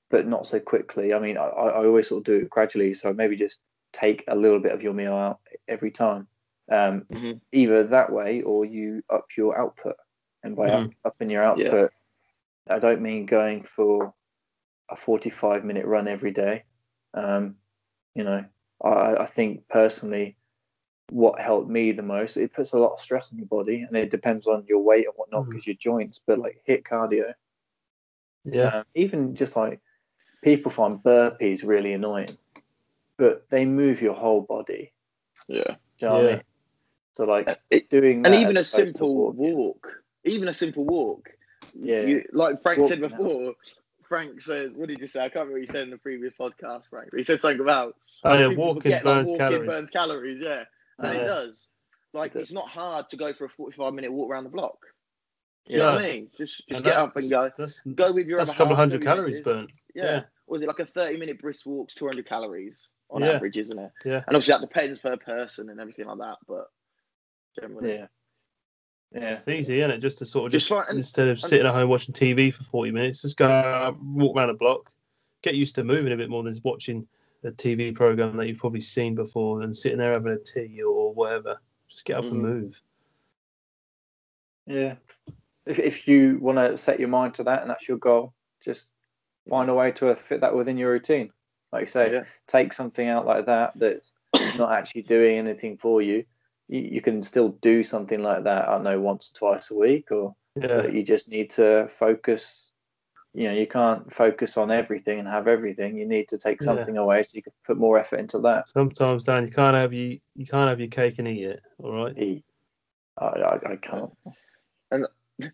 Speaker 3: but not so quickly. I mean, I, I I always sort of do it gradually. So maybe just take a little bit of your meal out every time um,
Speaker 1: Mhm.
Speaker 3: either that way or you up your output. And by up, upping your
Speaker 1: Yeah.
Speaker 3: output, I don't mean going for a 45 minute run every day. Um, you know, I- I, I think personally, what helped me the most, it puts a lot of stress on your body and it depends on your weight and whatnot
Speaker 2: Mm.
Speaker 3: because your joints, but like hit cardio.
Speaker 2: Yeah,
Speaker 3: Um, even just like people find burpees really annoying, but they move your whole body.
Speaker 1: Yeah.
Speaker 3: Do you know what I
Speaker 2: Yeah.
Speaker 3: mean? So like
Speaker 1: It-
Speaker 3: doing
Speaker 1: and
Speaker 3: that
Speaker 1: even a
Speaker 3: as opposed to
Speaker 1: simple
Speaker 3: walking.
Speaker 1: walk, even a simple walk.
Speaker 3: Yeah.
Speaker 1: You, like Frank
Speaker 3: Walk
Speaker 1: said
Speaker 3: now.
Speaker 1: before. Frank says, "What did you say? I can't remember what he said in the previous podcast, Frank. He said something about
Speaker 2: oh, yeah.
Speaker 1: people
Speaker 2: Walking
Speaker 1: forget, like,
Speaker 2: burns
Speaker 1: walking
Speaker 2: calories.
Speaker 1: burns calories, yeah. And
Speaker 3: uh,
Speaker 2: Yeah.
Speaker 1: it does. Like
Speaker 3: It does.
Speaker 1: it's not hard to go for a forty-five minute walk around the block. You
Speaker 2: Yeah.
Speaker 1: know what I mean? Just just get up and go.
Speaker 2: That's,
Speaker 1: Go with your
Speaker 2: that's a
Speaker 1: other
Speaker 2: couple of
Speaker 1: half,
Speaker 2: hundred
Speaker 1: whatever it
Speaker 2: calories
Speaker 1: is.
Speaker 2: burnt.
Speaker 1: Yeah.
Speaker 2: yeah.
Speaker 1: Or is it like a thirty-minute brisk walk's two hundred calories on
Speaker 2: Yeah.
Speaker 1: average, isn't it?
Speaker 2: Yeah.
Speaker 1: And obviously that depends per person and everything like that, but generally,
Speaker 3: Yeah. Yeah.
Speaker 2: It's easy, isn't it? Just to sort of
Speaker 1: Just
Speaker 2: just,
Speaker 1: like- and-
Speaker 2: instead of sitting at home watching TV for forty minutes, just go out, walk around a block, get used to moving a bit more than just watching a TV program that you've probably seen before and sitting there having a tea or whatever. Just get up
Speaker 1: Mhm.
Speaker 3: Mm.
Speaker 2: and move.
Speaker 3: Yeah. If if you want to set your mind to that and that's your goal, just find a way to fit that within your routine. Like you say,
Speaker 1: Yeah.
Speaker 3: take something out like that that's it's not actually doing anything for you, you, you can still do something like that. I don't know once or twice a week, or
Speaker 2: Yeah.
Speaker 3: but Uh, you just need to focus. You know, you can't focus on everything and have everything. You need to take
Speaker 2: Yeah.
Speaker 3: something away so you can put more effort into that.
Speaker 2: Sometimes, Dan, you can't have you you can't have your cake and eat it. All right.
Speaker 3: Eat. I, I, I can't.
Speaker 2: Put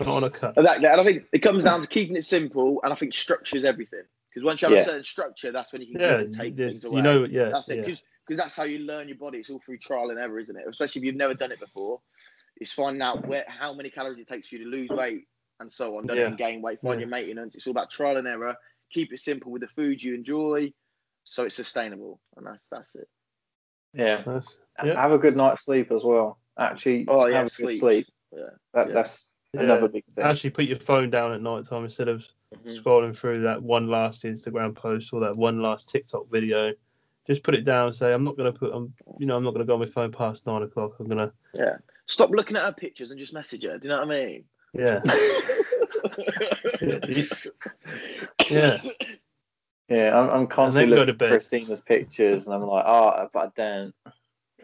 Speaker 2: it on a cup.
Speaker 1: Exactly. And I think it comes down to keeping it simple, and I think structure's everything. Because once you have
Speaker 3: Yeah.
Speaker 1: a certain structure, that's when you can
Speaker 2: Yeah.
Speaker 1: keep- take
Speaker 2: there's-
Speaker 1: things away.
Speaker 2: You know. Yeah.
Speaker 1: that's it.
Speaker 2: yeah.
Speaker 1: Because that's how you learn your body. It's all through trial and error, isn't it? Especially if you've never done it before. It's finding out where how many calories it takes you to lose weight and so on. Don't
Speaker 2: Yeah.
Speaker 1: even gain weight. Find
Speaker 2: Yeah.
Speaker 1: your maintenance. It's all about trial and error. Keep it simple with the food you enjoy, so it's sustainable. And that's that's it.
Speaker 3: Yeah.
Speaker 2: That's-
Speaker 3: And
Speaker 2: yeah.
Speaker 3: Have a good night's sleep as well. Actually,
Speaker 1: Oh yeah,
Speaker 3: have a good
Speaker 1: sleep.
Speaker 3: sleep.
Speaker 1: Yeah.
Speaker 3: That,
Speaker 1: Yeah.
Speaker 3: That's
Speaker 2: Yeah.
Speaker 3: another big thing.
Speaker 2: Actually, put your phone down at night time instead of
Speaker 1: Mhm.
Speaker 2: scrolling through that one last Instagram post or that one last TikTok video. Just put it down and say, I'm not going to put, I'm, you know, I'm not going to go on my phone past nine o'clock. I'm going to,
Speaker 1: Yeah. Stop looking at her pictures and just message her. Do you know what I mean?
Speaker 2: yeah, yeah,
Speaker 3: Yeah, I'm, I'm constantly
Speaker 2: go to
Speaker 3: looking at
Speaker 2: bed.
Speaker 3: Christina's pictures, and I'm like, oh, but I don't.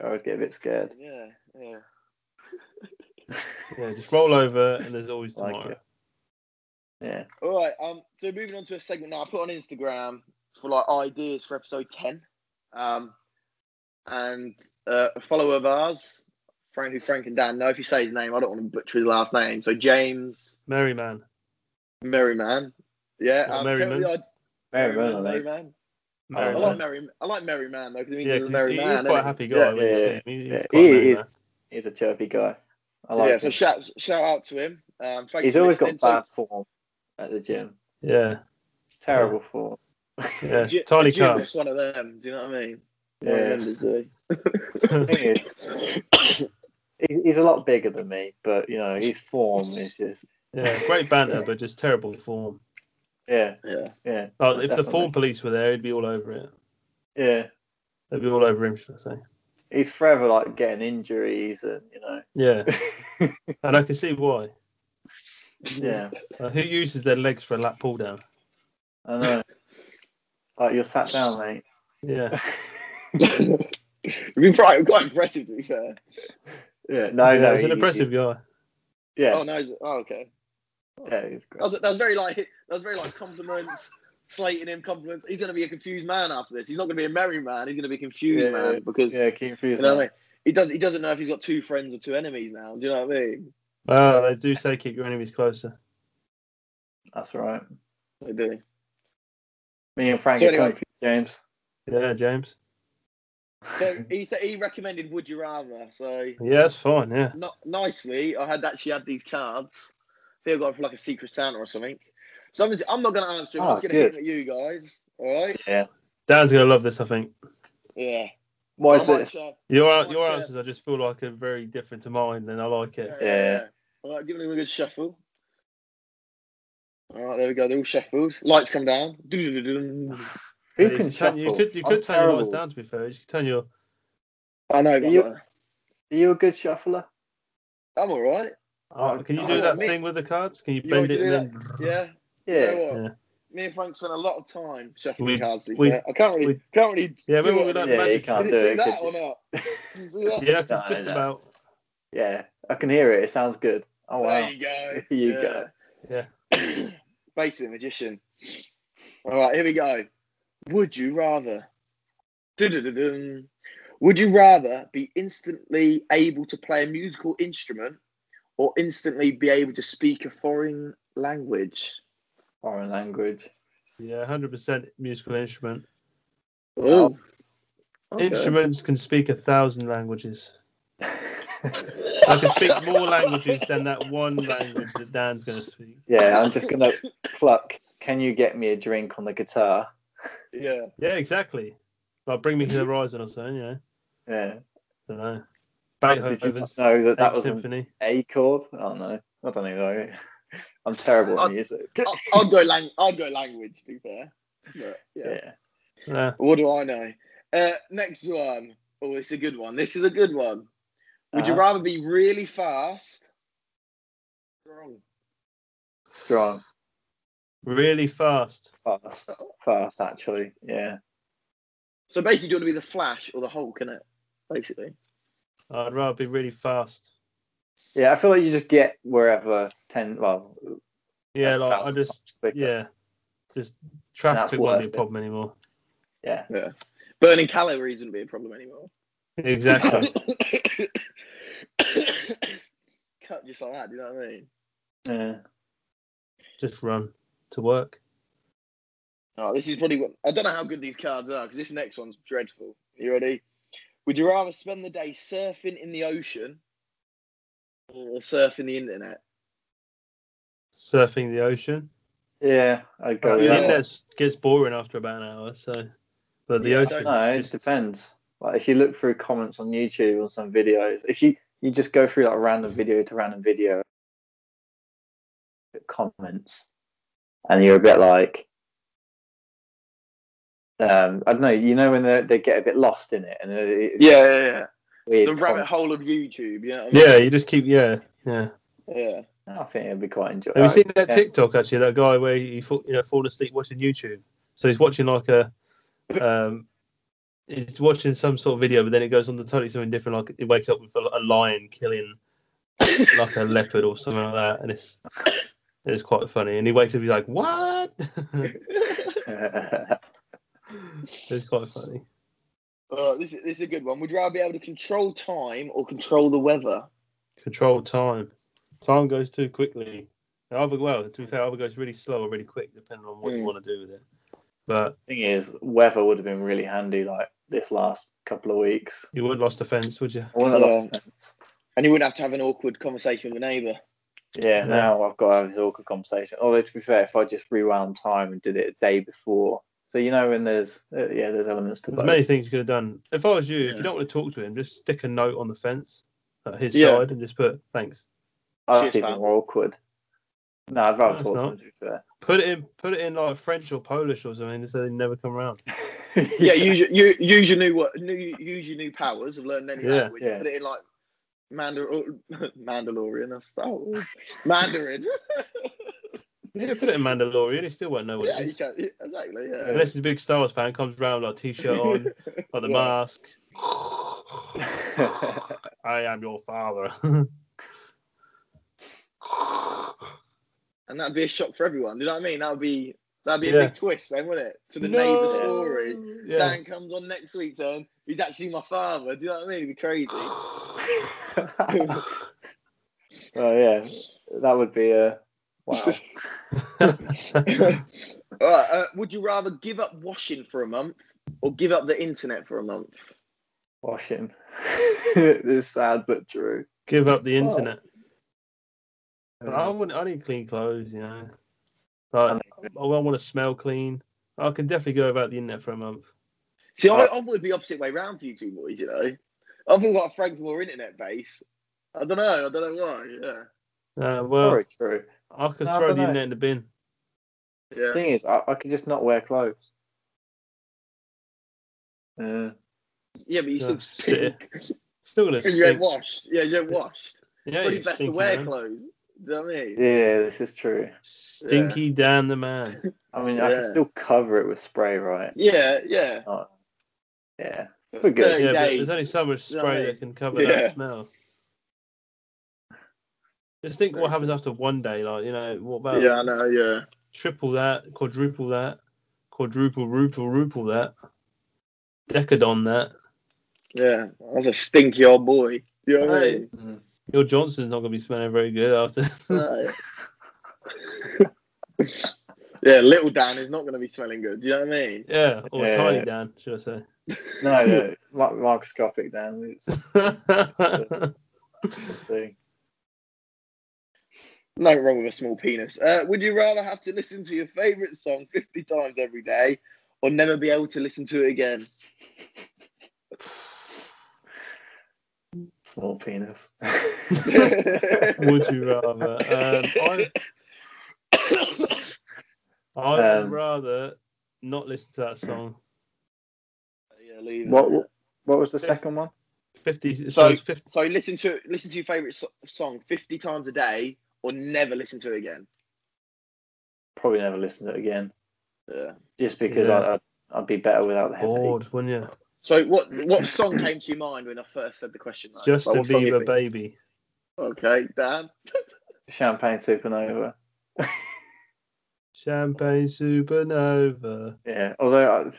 Speaker 3: I would get a bit scared.
Speaker 1: (laughs) yeah, yeah.
Speaker 2: yeah. Just roll over and there's always
Speaker 3: Like
Speaker 2: tomorrow.
Speaker 3: it. Yeah.
Speaker 1: All right. Um. So moving on to a segment now, I put on Instagram for like ideas for episode ten. Um, and uh, a follower of ours, Frank, who Frank and Dan know if you say his name, I don't want to butcher his last name. So James
Speaker 2: Merry man.
Speaker 1: Merryman. Yeah.
Speaker 2: Not
Speaker 1: Um,
Speaker 2: Merryman.
Speaker 1: came up with the
Speaker 3: Very
Speaker 1: idea-
Speaker 3: well, I think.
Speaker 1: Merryman. I
Speaker 2: Merry
Speaker 1: like
Speaker 2: man.
Speaker 1: Merry. I like Merryman though because
Speaker 2: Yeah,
Speaker 1: he's a
Speaker 2: 'cause
Speaker 1: merry
Speaker 2: he's, he
Speaker 1: man.
Speaker 2: is
Speaker 1: isn't
Speaker 2: quite a
Speaker 1: he?
Speaker 2: happy guy
Speaker 1: Yeah.
Speaker 2: when you see
Speaker 3: yeah,
Speaker 2: him. He is
Speaker 3: yeah.
Speaker 2: quite
Speaker 3: He
Speaker 2: a merry
Speaker 3: is.
Speaker 2: man.
Speaker 3: He's a chirpy guy. I like
Speaker 1: yeah.
Speaker 3: him.
Speaker 1: So shout shout out to him. Um, thanks
Speaker 3: He's
Speaker 1: for
Speaker 3: always got
Speaker 1: listening. So-
Speaker 3: bad form at the gym.
Speaker 2: Yeah,
Speaker 3: Terrible form.
Speaker 2: yeah.
Speaker 1: Gy-
Speaker 2: Tiny
Speaker 1: Jim
Speaker 2: calves.
Speaker 1: was one of them. Do you know what I mean? One of
Speaker 3: Yeah.
Speaker 1: them is the-
Speaker 3: Thing is, (coughs) he- he's a lot bigger than me, but you know his form is just
Speaker 2: Yeah, great banter, but just terrible form.
Speaker 3: yeah,
Speaker 1: Yeah.
Speaker 3: yeah,
Speaker 2: Like, if the
Speaker 3: Definitely.
Speaker 2: form police were there, he'd be all over it.
Speaker 3: yeah.
Speaker 2: They'd be all over him, should I say?
Speaker 3: He's forever like getting injuries and you know
Speaker 2: Yeah, and I can see why.
Speaker 3: yeah.
Speaker 2: Uh, who uses their legs for a lap pull down?
Speaker 3: I know. like you're sat down, mate. (laughs)
Speaker 2: Yeah,
Speaker 1: We've been quite, quite impressive, to be fair.
Speaker 3: Yeah, (laughs) no,
Speaker 2: yeah,
Speaker 3: no.
Speaker 2: he's an
Speaker 3: he-
Speaker 2: impressive guy.
Speaker 3: he- yeah,
Speaker 1: Oh no, is it? oh okay.
Speaker 3: yeah, he's
Speaker 1: That was, that was very like that was very like compliments, slating him compliments. He's gonna be a confused man after this. He's not gonna be a merry man. He's gonna be a confused
Speaker 3: Yeah,
Speaker 1: man because
Speaker 3: Yeah, keep
Speaker 1: you know what I mean. He does. He doesn't know if he's got two friends or two enemies now. Do you know what I mean?
Speaker 2: Well, they do say keep your enemies closer.
Speaker 3: That's right.
Speaker 1: I do.
Speaker 3: Me and Frank
Speaker 1: So
Speaker 3: are
Speaker 1: anyway-
Speaker 3: country, James.
Speaker 2: Yeah, James.
Speaker 3: (laughs)
Speaker 1: (laughs) So he said he recommended Would You Rather. So
Speaker 2: Yeah, that's fine. Yeah,
Speaker 1: not nicely, I had actually had these cards. I think I got them for like a Secret Santa or something. So I'm, just, I'm not gonna answer. Them.
Speaker 3: Oh,
Speaker 1: I'm just gonna
Speaker 3: good.
Speaker 1: hit 'em at you guys. All right.
Speaker 2: Dan's gonna love this. I think
Speaker 1: Yeah.
Speaker 3: Why is
Speaker 1: I might
Speaker 3: this?
Speaker 1: share-
Speaker 2: your
Speaker 3: Oh,
Speaker 1: Like,
Speaker 2: your
Speaker 1: uh,
Speaker 2: answers I just feel like are very different to mine, and I like it.
Speaker 3: Yeah.
Speaker 1: All right, give them a good shuffle. All right, there we go. They're all shuffled. Lights come down. Doo-doo-doo-doo.
Speaker 3: Who
Speaker 2: Yeah,
Speaker 3: can
Speaker 2: you turn- you
Speaker 3: shuffle?
Speaker 2: could you
Speaker 3: I'm
Speaker 2: could turn your
Speaker 3: terrible.
Speaker 2: lights down. To be fair, you could turn your uh,
Speaker 1: I know. but
Speaker 3: You-
Speaker 1: I'm,
Speaker 3: Are you a good shuffler?
Speaker 1: I'm all right.
Speaker 2: Oh, can you
Speaker 3: oh,
Speaker 2: do that
Speaker 1: me-
Speaker 2: thing with the cards? Can you,
Speaker 1: You want
Speaker 2: bend
Speaker 1: me
Speaker 2: it
Speaker 1: to
Speaker 2: and
Speaker 1: do
Speaker 2: then?
Speaker 1: Yeah. You
Speaker 3: Yeah.
Speaker 1: know what?
Speaker 2: Yeah.
Speaker 1: Me and Frank spent a lot of time shuffling
Speaker 2: We-
Speaker 1: cards. To be
Speaker 2: we-
Speaker 1: fair. I can't really,
Speaker 2: we-
Speaker 1: can't really.
Speaker 2: Yeah, remember
Speaker 1: it.
Speaker 2: with that
Speaker 3: Yeah, you
Speaker 2: magic?
Speaker 1: Can
Speaker 3: can't
Speaker 1: you
Speaker 3: do
Speaker 1: see
Speaker 3: it,
Speaker 1: that
Speaker 3: could
Speaker 1: or not? Can you see that?
Speaker 2: Yeah, 'cause
Speaker 3: No,
Speaker 2: just
Speaker 3: no.
Speaker 2: about.
Speaker 3: Yeah, I can hear it. It sounds good. Oh wow.
Speaker 1: There you go.
Speaker 3: (laughs) There you go.
Speaker 2: Yeah.
Speaker 1: (coughs) Yeah. Basic magician. All right, here we go. Would you rather? Dun-dun-dun-dun. Would you rather be instantly able to play a musical instrument or instantly be able to speak a foreign language?
Speaker 3: Foreign language.
Speaker 2: Yeah, hundred percent musical instrument.
Speaker 1: Oh,
Speaker 2: Instruments can speak a thousand languages. (laughs) I can speak more languages than that one language that Dan's going to speak.
Speaker 3: yeah, I'm just
Speaker 1: (laughs)
Speaker 3: gonna pluck. Can you get me a drink on the guitar?
Speaker 1: Yeah.
Speaker 2: Yeah, exactly. Like bring me to the horizon or something. You know,
Speaker 3: Yeah.
Speaker 2: don't know.
Speaker 3: Did you not
Speaker 2: Beethoven's
Speaker 3: know that that
Speaker 2: Eighth
Speaker 3: was an
Speaker 2: Symphony.
Speaker 3: A chord? Oh no, I don't even know. (laughs) I'm terrible at
Speaker 1: I-
Speaker 3: music.
Speaker 1: I- I'll go lang- I'll go language. To be fair. But, yeah.
Speaker 3: Yeah.
Speaker 2: Yeah.
Speaker 1: What do I know? Uh, next one. Oh, it's a good one. This is a good one. Would you
Speaker 3: Uh-huh.
Speaker 1: rather be really fast? Strong.
Speaker 3: Strong,
Speaker 2: really fast.
Speaker 3: fast, fast. Actually, yeah.
Speaker 1: So basically, do you want to be the Flash or the Hulk in it? Basically,
Speaker 2: I'd rather be really fast.
Speaker 3: Yeah, I feel like you just get wherever ten. Well,
Speaker 2: Yeah,
Speaker 3: That's-
Speaker 2: like I
Speaker 3: that's
Speaker 2: just
Speaker 3: quicker.
Speaker 2: yeah, just traffic
Speaker 3: That's
Speaker 2: won't be
Speaker 3: worth
Speaker 2: a
Speaker 3: it.
Speaker 2: problem anymore.
Speaker 3: yeah.
Speaker 1: burning calories wouldn't be a problem anymore.
Speaker 3: (laughs)
Speaker 2: Exactly.
Speaker 1: (coughs) Cut just like that. Do you know what I mean?
Speaker 3: yeah.
Speaker 2: just run to work.
Speaker 1: Oh, this is probably what I don't know how good these cards are because this next one's dreadful. You ready? Would you rather spend the day surfing in the ocean or surfing the internet?
Speaker 2: Surfing the ocean.
Speaker 3: Yeah, I go.
Speaker 1: Oh,
Speaker 3: with
Speaker 1: yeah.
Speaker 2: The
Speaker 3: that.
Speaker 2: internet gets boring after about an hour, so but the
Speaker 1: Yeah, I
Speaker 2: ocean
Speaker 3: No, it
Speaker 2: just
Speaker 3: depends. Like if you look through comments on YouTube on some videos, if you you just go through like random video to random video comments, and you're a bit like, um, I don't know. You know when they they get a bit lost in it, and it, it's
Speaker 1: Yeah, yeah.
Speaker 3: weird
Speaker 1: The rabbit
Speaker 3: comments.
Speaker 1: hole of YouTube. You know what I mean?
Speaker 2: Yeah, you just keep yeah, yeah.
Speaker 1: Yeah.
Speaker 3: I think it'd be quite enjoyable.
Speaker 2: Have you seen that
Speaker 3: yeah.
Speaker 2: TikTok actually? That guy where he fall- you know fall asleep watching YouTube. So he's watching like a, um, he's watching some sort of video, but then it goes on to totally something different. Like he wakes up with a, a lion killing like a leopard or something like that, and it's it's quite funny. And he wakes up, he's like, "What?" (laughs)
Speaker 1: (laughs)
Speaker 3: (laughs)
Speaker 2: it's quite funny.
Speaker 1: Oh, this, is- this is a good one. Would you rather be able to control time or control the weather?
Speaker 2: Control time. Time goes too quickly. It Either well, to be fair, either goes really slow or really quick, depending on what you
Speaker 1: Mm.
Speaker 2: want to do with it. But
Speaker 3: thing is, weather would have been really handy like this last couple of weeks.
Speaker 2: you wouldn't lost offence, would you?
Speaker 3: I wouldn't have
Speaker 1: Yeah.
Speaker 3: lost sense.
Speaker 1: And you wouldn't have to have an awkward conversation with a
Speaker 2: (laughs)
Speaker 1: neighbour.
Speaker 3: Yeah,
Speaker 2: Yeah.
Speaker 3: now I've got to have this awkward conversation. Although to be fair, if I just rewound time and did it a day before, so you know when there's uh, yeah, there's elements to
Speaker 2: There's
Speaker 3: both.
Speaker 2: many things you could have done. If I was you, if
Speaker 1: Yeah.
Speaker 2: you don't want to talk to him, just stick a note on the fence at his
Speaker 1: Yeah.
Speaker 2: side and just put thanks.
Speaker 3: Oh, that's
Speaker 1: Cheers,
Speaker 3: even
Speaker 1: pal.
Speaker 3: more awkward. No, I'd
Speaker 2: No,
Speaker 3: rather talk to
Speaker 2: it's
Speaker 3: them to be fair.
Speaker 2: Put it in, put it in like French or Polish or something, so they never come around. (laughs)
Speaker 1: Yeah,
Speaker 3: (laughs)
Speaker 1: use your, you, use your new what new use your new powers of learning any
Speaker 2: Yeah,
Speaker 1: language.
Speaker 3: yeah.
Speaker 1: Put it in like Mandal- or- (laughs) Mandalorian. That's oh, (laughs)
Speaker 2: (laughs)
Speaker 1: Mandarin.
Speaker 2: You could put it in Mandalorian; he still won't know what
Speaker 1: yeah,
Speaker 2: it
Speaker 1: you
Speaker 2: is.
Speaker 1: can, yeah, exactly. Yeah.
Speaker 2: Unless he's a big Star Wars fan, comes round like
Speaker 1: (laughs)
Speaker 2: t-shirt on, like the
Speaker 1: Yeah.
Speaker 2: mask.
Speaker 1: (laughs)
Speaker 2: I am your father. (laughs)
Speaker 1: and that'd be a shock for everyone. Do you know what I mean? That'd be that'd be a
Speaker 2: Yeah.
Speaker 1: big twist, then, wouldn't it? To the
Speaker 2: No.
Speaker 1: neighbour story.
Speaker 2: Yeah.
Speaker 1: Dan comes on next week, saying he's actually my father. Do you know what I mean? It'd be
Speaker 2: (gasps)
Speaker 1: crazy. (laughs)
Speaker 3: oh yeah, that would be a wow.
Speaker 2: (laughs)
Speaker 1: Alright, uh, would you rather give up washing for a month or give up the internet for a month?
Speaker 3: Washing. (laughs) this is sad but true.
Speaker 2: Give up the internet. But I wouldn't. I need clean clothes, you know. Like, I want to smell clean. I can definitely go about the internet for a month.
Speaker 1: See, I,
Speaker 2: Uh,
Speaker 1: I would be opposite way round for you two boys, you know. I think like Frank's more internet based. I don't know. I don't know why. Yeah.
Speaker 2: Uh, well,
Speaker 3: Very true.
Speaker 2: I could
Speaker 3: No, I
Speaker 2: throw the
Speaker 3: dunno.
Speaker 2: internet in the bin.
Speaker 1: Yeah.
Speaker 3: thing is, I, I could just not wear clothes. Uh, Yeah.
Speaker 1: Yeah, but you
Speaker 2: Yeah,
Speaker 1: still (laughs)
Speaker 2: sit
Speaker 1: stink.
Speaker 2: Still gonna
Speaker 1: you get
Speaker 2: stink.
Speaker 1: washed. Yeah, you get washed.
Speaker 2: Yeah,
Speaker 1: Probably
Speaker 2: you
Speaker 1: best to
Speaker 2: stinky
Speaker 1: wear
Speaker 2: man.
Speaker 1: clothes. Do you know what I mean?
Speaker 3: yeah, this is true.
Speaker 2: Stinky Dan the man.
Speaker 3: I mean, I
Speaker 1: Yeah.
Speaker 3: can still cover it with spray, right?
Speaker 1: Yeah, yeah.
Speaker 3: Yeah. We're good.
Speaker 1: Thirty
Speaker 2: Yeah, but
Speaker 1: days.
Speaker 2: there's only so much
Speaker 1: You know what I
Speaker 2: spray
Speaker 1: mean?
Speaker 2: that can cover
Speaker 1: Yeah.
Speaker 2: that smell. Just think what happens after one day, like you know, what about
Speaker 1: yeah, I know. Yeah.
Speaker 2: triple that, quadruple that, quadruple, ruple, ruple that, decadon that.
Speaker 1: Yeah. I was a stinky old boy. You know what I
Speaker 2: Right.
Speaker 1: mean?
Speaker 3: Mm.
Speaker 2: Your Johnson's not going to be smelling very good after. (laughs)
Speaker 1: Right. (laughs) yeah, little Dan is not going to be smelling good. Do you know what I mean?
Speaker 2: yeah, or
Speaker 3: Yeah.
Speaker 2: Tiny Dan, should I say? (laughs)
Speaker 3: No, no,
Speaker 1: (laughs)
Speaker 3: mi- microscopic down. It's the
Speaker 1: (laughs)
Speaker 3: thing.
Speaker 1: Nothing wrong with a small penis. Uh, would you rather have to listen to your favourite song 50 times every day or never be able to listen to it (laughs) again?
Speaker 3: Small penis.
Speaker 1: (laughs)
Speaker 2: Would you rather? Um, I, I
Speaker 3: Um,
Speaker 2: would rather not listen to that song.
Speaker 1: yeah, leave it.
Speaker 3: what What was the second one?
Speaker 2: 50, so,
Speaker 1: So-
Speaker 2: it's 50,
Speaker 1: So listen to listen to your favourite so- song 50 times a day or never listen to it again.
Speaker 3: Probably never listen to it again.
Speaker 1: Yeah.
Speaker 3: Just because
Speaker 2: Yeah.
Speaker 3: I, I I'd be better without the headache.
Speaker 2: Bored, wouldn't you?
Speaker 1: So what what song came to your mind when I first said the question? though?
Speaker 2: Justin
Speaker 1: what song you
Speaker 2: Bieber,
Speaker 1: think?
Speaker 2: baby.
Speaker 1: Okay, Dan.
Speaker 3: Champagne Supernova.
Speaker 2: Champagne supernova,
Speaker 3: Yeah, although I,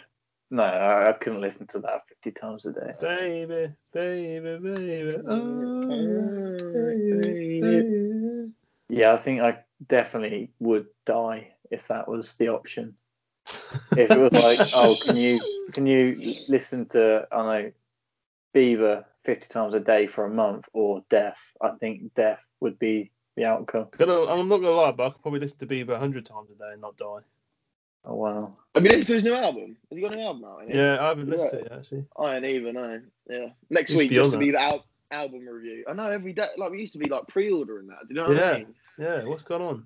Speaker 3: no, I, I couldn't listen to that fifty times a day.
Speaker 2: baby, baby, baby. Oh, baby,
Speaker 1: Baby.
Speaker 2: baby.
Speaker 3: Yeah, I think I definitely would die if that was the option. If it was like, oh, can you can you listen to I don't know Beaver fifty times a day for a month or death? I think death would be the outcome.
Speaker 2: Gonna- I'm not gonna lie, but I could probably listen to Bieber hundred times a day and not die.
Speaker 3: Oh wow.
Speaker 1: Have you listened to his new album? Has he got a new album out?
Speaker 2: Yeah, I haven't listened to
Speaker 1: Right.
Speaker 2: it actually.
Speaker 1: I ain't even know. Yeah. Next
Speaker 2: Used
Speaker 1: week
Speaker 2: to be on
Speaker 1: used to
Speaker 2: that.
Speaker 1: be the al- album review. I know every day. Like we used to be like pre-ordering that. Do you know what
Speaker 2: Yeah.
Speaker 1: I mean?
Speaker 2: Yeah, what's going on?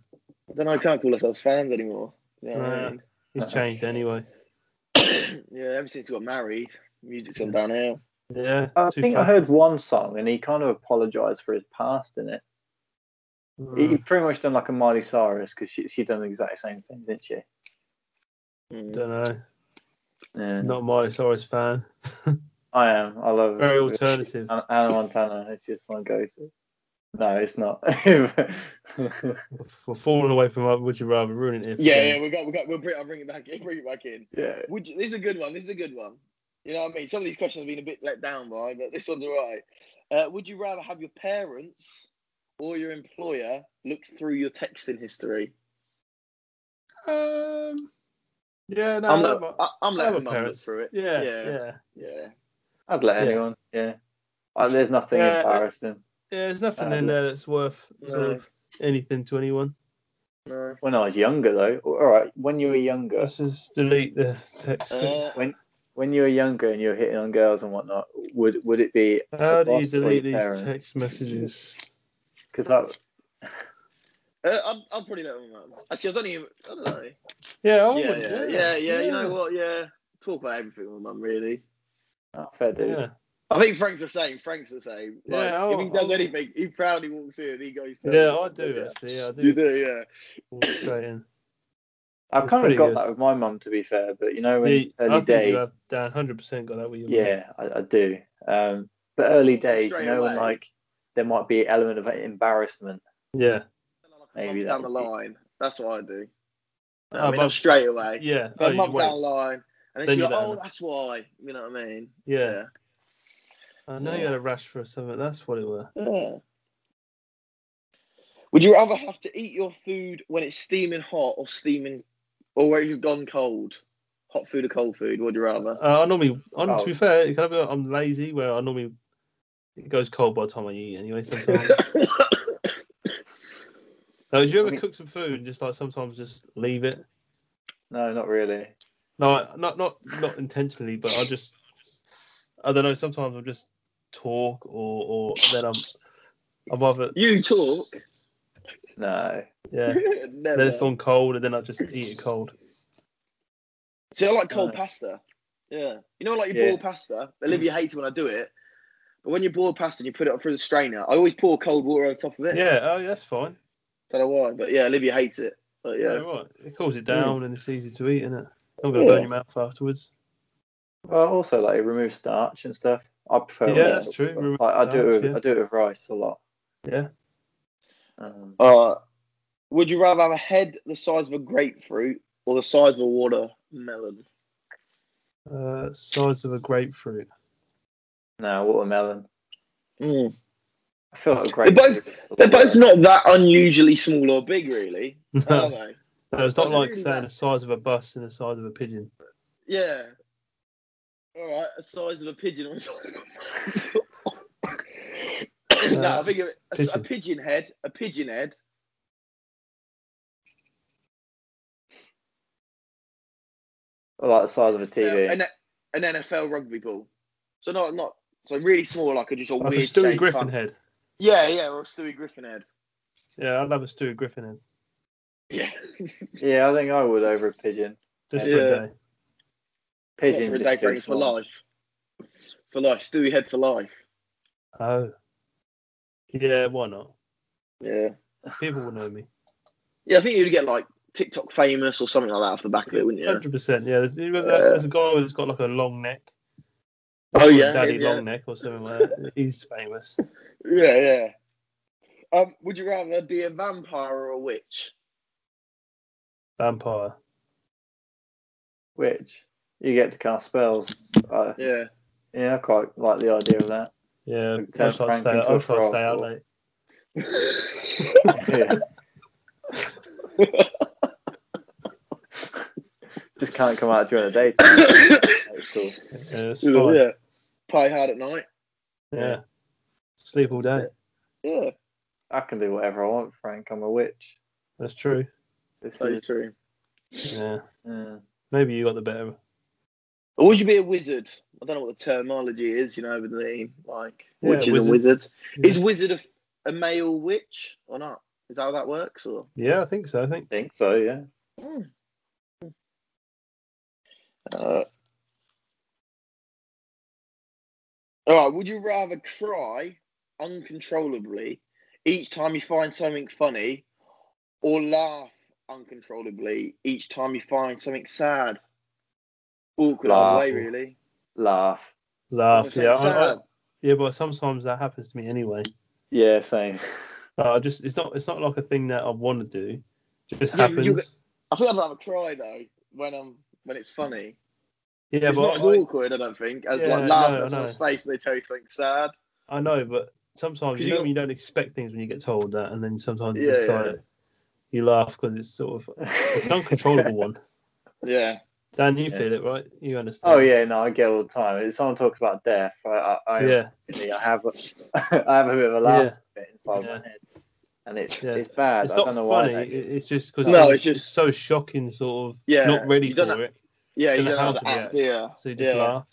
Speaker 1: I don't know. I can't call ourselves fans anymore. You know what I
Speaker 2: Nah.
Speaker 1: mean? (coughs)
Speaker 2: He's
Speaker 3: Uh-uh.
Speaker 2: changed anyway.
Speaker 1: yeah. Ever since he got married, music's gone downhill.
Speaker 2: Yeah,
Speaker 3: I
Speaker 2: too
Speaker 3: think I
Speaker 2: fast.
Speaker 3: heard one song and he kind of apologized for his past in it. He he
Speaker 2: Mm,
Speaker 3: pretty much done like a Miley Cyrus because she she done the exact same thing, didn't she?
Speaker 1: Mm.
Speaker 2: don't know.
Speaker 3: Yeah.
Speaker 2: Not a Miley Cyrus fan.
Speaker 3: I am. I love
Speaker 2: Very alternative.
Speaker 3: Anna, Anna Montana. It's just my go-to. No, it's not. (laughs) yeah,
Speaker 2: We're falling away from our Would You Rather ruining it. if we
Speaker 1: Yeah,
Speaker 2: can.
Speaker 1: yeah. We got, we got. We'll bring, I'll bring it back in. (laughs) Bring it back in. Would you, this is a good one. This is a good one. You know what I mean? Some of these questions have been a bit let down by, but this one's all right. Uh, would you rather have your parents or your employer look through your texting history?
Speaker 2: Um, yeah, no,
Speaker 1: I'm,
Speaker 2: I'm
Speaker 1: let, I, I'm letting
Speaker 2: I'm a
Speaker 1: mum look
Speaker 2: parent.
Speaker 1: through it.
Speaker 2: yeah, yeah,
Speaker 1: yeah.
Speaker 2: yeah,
Speaker 1: Yeah.
Speaker 3: I'd let
Speaker 2: Yeah.
Speaker 3: anyone. Yeah, Uh, there's nothing
Speaker 2: Yeah.
Speaker 3: embarrassing.
Speaker 2: There's nothing
Speaker 3: Um,
Speaker 2: in there that's worth sort
Speaker 1: no.
Speaker 2: of anything to anyone.
Speaker 1: No.
Speaker 3: When I was younger, though, all right. When you were younger,
Speaker 2: Let's just delete the text.
Speaker 1: Uh,
Speaker 3: when when you were younger and you were hitting on girls and whatnot, would would it be
Speaker 2: How do you
Speaker 3: boss or your
Speaker 2: delete these
Speaker 3: parents?
Speaker 2: text messages?
Speaker 3: because that
Speaker 1: uh, I'll, I'll probably let mum. look. Actually, I was only. I don't know.
Speaker 2: Oh, Yeah, I
Speaker 1: yeah,
Speaker 2: would,
Speaker 1: yeah, yeah, yeah, You know what? Yeah. Talk about everything with mum, really.
Speaker 3: oh, fair dude?
Speaker 2: Yeah,
Speaker 1: I think Frank's the same. Frank's the same. Like,
Speaker 2: Yeah,
Speaker 1: if he
Speaker 2: I'll-
Speaker 1: does
Speaker 2: I'll-
Speaker 1: anything, he proudly walks in and he goes. to-
Speaker 2: yeah, I do actually. Yeah, I
Speaker 1: You
Speaker 2: do.
Speaker 1: do, yeah.
Speaker 2: Walk Straight in.
Speaker 3: I've
Speaker 2: It's
Speaker 3: kind of
Speaker 2: pretty
Speaker 3: got
Speaker 2: good.
Speaker 3: that with my mum, to be fair. But you know, in
Speaker 2: Yeah, I
Speaker 3: early
Speaker 2: think
Speaker 3: days,
Speaker 2: you have Dan hundred percent got that with you.
Speaker 3: Yeah, I, I do. Um, but early days,
Speaker 1: Straight
Speaker 3: you know, when
Speaker 1: away.
Speaker 3: like there might be an element of embarrassment.
Speaker 2: yeah,
Speaker 3: Maybe
Speaker 1: Month down the
Speaker 3: that would be-
Speaker 1: line. That's what I do.
Speaker 2: Oh,
Speaker 1: I mean,
Speaker 2: but-
Speaker 1: not straight away.
Speaker 2: yeah.
Speaker 1: But
Speaker 2: Oh,
Speaker 1: a
Speaker 2: you
Speaker 1: month
Speaker 2: wait.
Speaker 1: down the line, and
Speaker 2: Then
Speaker 1: then she's
Speaker 2: you
Speaker 1: like,
Speaker 2: let her
Speaker 1: "Oh,
Speaker 2: know.
Speaker 1: that's why." You know what I mean?
Speaker 2: Yeah. I know you
Speaker 1: Yeah.
Speaker 2: had a rash for something. That's what it were.
Speaker 1: yeah. Yeah. Would you rather have to eat your food when it's steaming hot or steaming, or when it's gone cold? Hot food or cold food? Would you rather?
Speaker 2: Uh, I normally, on, to
Speaker 3: Oh.
Speaker 2: be fair, it kind of, I'm lazy where I normally it goes cold by the time I eat
Speaker 1: (laughs)
Speaker 2: anyway. Sometimes. now, did you ever
Speaker 3: I mean-
Speaker 2: cook some food and just like sometimes just leave it?
Speaker 3: No, not really.
Speaker 2: No, I- not not not intentionally, but I just I don't know. Sometimes I'll just talk, or or then I'm I'm either
Speaker 1: (laughs) you talk.
Speaker 3: No.
Speaker 2: yeah.
Speaker 1: (laughs) Never.
Speaker 2: Then it's gone cold, and then I just eat it cold.
Speaker 1: See, I like cold
Speaker 3: No.
Speaker 1: pasta. Uh. Yeah. You know, like you
Speaker 3: Yeah.
Speaker 1: boil pasta. Olivia hates it when I do it. But when you boil pasta and you put it up through the strainer, I always pour cold water over top of it.
Speaker 2: Yeah, oh, yeah, that's fine.
Speaker 1: don't know why, but yeah, Olivia hates it. But
Speaker 2: Yeah,
Speaker 1: yeah, Mm.
Speaker 2: right. It cools it down, and it's easy to eat, isn't it? I'm gonna
Speaker 1: Yeah.
Speaker 2: burn your mouth afterwards.
Speaker 3: Well, also like it removes starch and stuff. I
Speaker 2: Yeah,
Speaker 3: prefer. it.
Speaker 2: that's true, it removes
Speaker 3: Like, I do it. With,
Speaker 2: starch, yeah.
Speaker 3: I do it with rice a lot.
Speaker 2: Yeah.
Speaker 3: Um,
Speaker 1: uh, would you rather have a head the size of a grapefruit or the size of a watermelon?
Speaker 2: Uh, size of a grapefruit.
Speaker 3: no, watermelon.
Speaker 1: Mm.
Speaker 3: I feel like a
Speaker 1: They're
Speaker 3: great.
Speaker 1: both- They're both not that unusually small or big,
Speaker 2: (laughs)
Speaker 1: really. Are
Speaker 2: No,
Speaker 1: they?
Speaker 2: it's not
Speaker 1: That's
Speaker 2: like
Speaker 1: really
Speaker 2: saying
Speaker 1: bad.
Speaker 2: the size of a bus and the size of a pigeon.
Speaker 1: Yeah. All right, the size of a pigeon. or something. no, I think a, a- a
Speaker 2: pigeon.
Speaker 1: pigeon head. A pigeon head.
Speaker 3: Or like the size of a
Speaker 1: Yeah,
Speaker 3: TV.
Speaker 1: uh, an, an NFL rugby ball. So not not so really small, like a just a
Speaker 2: Like a
Speaker 1: weird
Speaker 2: Stewie
Speaker 1: shaped
Speaker 2: Griffin
Speaker 1: kind-
Speaker 2: head.
Speaker 1: Yeah, yeah, or a Stewie Griffin head.
Speaker 2: Yeah, I'd have a Stewie Griffin head
Speaker 1: Yeah,
Speaker 3: yeah, I think I would over a pigeon.
Speaker 2: just for
Speaker 1: Yeah.
Speaker 2: a day.
Speaker 3: Pigeon
Speaker 1: for a
Speaker 3: just
Speaker 1: day
Speaker 3: too
Speaker 1: for
Speaker 3: small.
Speaker 1: life. For life, Stewie head for life.
Speaker 2: Oh, yeah, why not?
Speaker 1: Yeah,
Speaker 2: People will know me.
Speaker 1: yeah. I think you'd get like TikTok famous or something like that off the back of it, wouldn't you?
Speaker 2: Hundred percent. Yeah, there's, you remember
Speaker 1: Yeah.
Speaker 2: that, there's a guy that's got like a long neck.
Speaker 1: Oh, yeah,
Speaker 2: Daddy
Speaker 1: yeah.
Speaker 2: Long Neck or something like that. He's famous.
Speaker 1: Yeah, yeah. Um, would you rather be a vampire or a witch?
Speaker 2: Vampire.
Speaker 3: Which you get to cast spells. Uh,
Speaker 1: Yeah.
Speaker 2: (laughs)
Speaker 3: yeah, I quite like the idea
Speaker 1: (laughs)
Speaker 3: of that. (laughs)
Speaker 2: Yeah,
Speaker 3: Like,
Speaker 2: I
Speaker 3: turn
Speaker 2: try to
Speaker 3: Frank
Speaker 2: stay out.
Speaker 3: into
Speaker 2: I
Speaker 3: a
Speaker 2: try to
Speaker 3: frog
Speaker 2: stay out
Speaker 3: or-
Speaker 2: late.
Speaker 1: (laughs)
Speaker 3: Yeah. Just can't come out during the day. That's cool.
Speaker 2: Yeah, it's fine.
Speaker 1: yeah. Pie hard at night.
Speaker 2: yeah, sleep all day.
Speaker 1: Yeah,
Speaker 3: I can do whatever I want, Frank. I'm a witch.
Speaker 2: That's true.
Speaker 3: This
Speaker 1: that is
Speaker 3: is
Speaker 1: true.
Speaker 2: Yeah,
Speaker 3: Mm.
Speaker 2: maybe you got the better.
Speaker 1: Or would you be a wizard? I don't know what the terminology is, you know, but the like
Speaker 2: Yeah,
Speaker 1: witch is a
Speaker 2: wizard.
Speaker 1: wizard.
Speaker 2: Yeah.
Speaker 1: Is wizard a, a male witch or not? Is that how that works? Or
Speaker 2: Yeah, I think so. I think.
Speaker 3: think so, yeah.
Speaker 1: uh, all right, would you rather cry uncontrollably each time you find something funny, or laugh uncontrollably each time you find something sad? Awkward either
Speaker 3: Laugh.
Speaker 1: way, really.
Speaker 3: Laugh.
Speaker 2: Laugh.
Speaker 1: Something
Speaker 2: Yeah, I, I,
Speaker 1: sad.
Speaker 2: yeah, but sometimes that happens to me anyway. (laughs)
Speaker 3: Yeah, same.
Speaker 2: Like, I just it's not it's not like a thing that I want to do. It just
Speaker 1: Yeah, but
Speaker 2: happens.
Speaker 1: you I think I'd rather cry though when I'm when it's funny.
Speaker 2: yeah,
Speaker 1: it's
Speaker 2: but
Speaker 1: not as
Speaker 2: I,
Speaker 1: awkward, I don't think, as
Speaker 2: Yeah,
Speaker 1: like laughing at
Speaker 2: no, I know.
Speaker 1: someone's face and they tell you something sad.
Speaker 2: I know, but sometimes
Speaker 1: 'Cause
Speaker 2: you,
Speaker 1: you
Speaker 2: know
Speaker 1: got-
Speaker 2: when you don't expect things when you get told that, and then sometimes you
Speaker 1: Yeah,
Speaker 2: just
Speaker 1: yeah.
Speaker 2: like you laugh because it's sort of it's an
Speaker 1: (laughs)
Speaker 2: uncontrollable one.
Speaker 1: Yeah.
Speaker 2: Dan, you
Speaker 3: Yeah.
Speaker 2: feel it, right? You understand?
Speaker 3: (laughs) Oh yeah, no, I get it all the time. If someone talks about death, I, I, I,
Speaker 2: yeah,
Speaker 3: I have, a, (laughs) I have a bit of a laugh at it inside
Speaker 2: Yeah.
Speaker 3: my head, and it's
Speaker 2: Yeah.
Speaker 3: it's bad.
Speaker 2: It's
Speaker 3: I
Speaker 2: not
Speaker 3: don't know
Speaker 2: funny.
Speaker 3: why.
Speaker 2: it-
Speaker 3: that is.
Speaker 2: It's just because
Speaker 1: No,
Speaker 2: it's,
Speaker 1: it's just-
Speaker 2: it's so shocking, sort of
Speaker 1: Yeah,
Speaker 2: not ready
Speaker 1: you
Speaker 2: for
Speaker 1: don't know-
Speaker 2: it.
Speaker 1: Yeah, you
Speaker 2: Don't know
Speaker 1: don't
Speaker 2: how
Speaker 1: have
Speaker 2: to
Speaker 1: to act,
Speaker 2: react.
Speaker 1: yeah.
Speaker 2: So you just
Speaker 1: Yeah.
Speaker 2: laugh.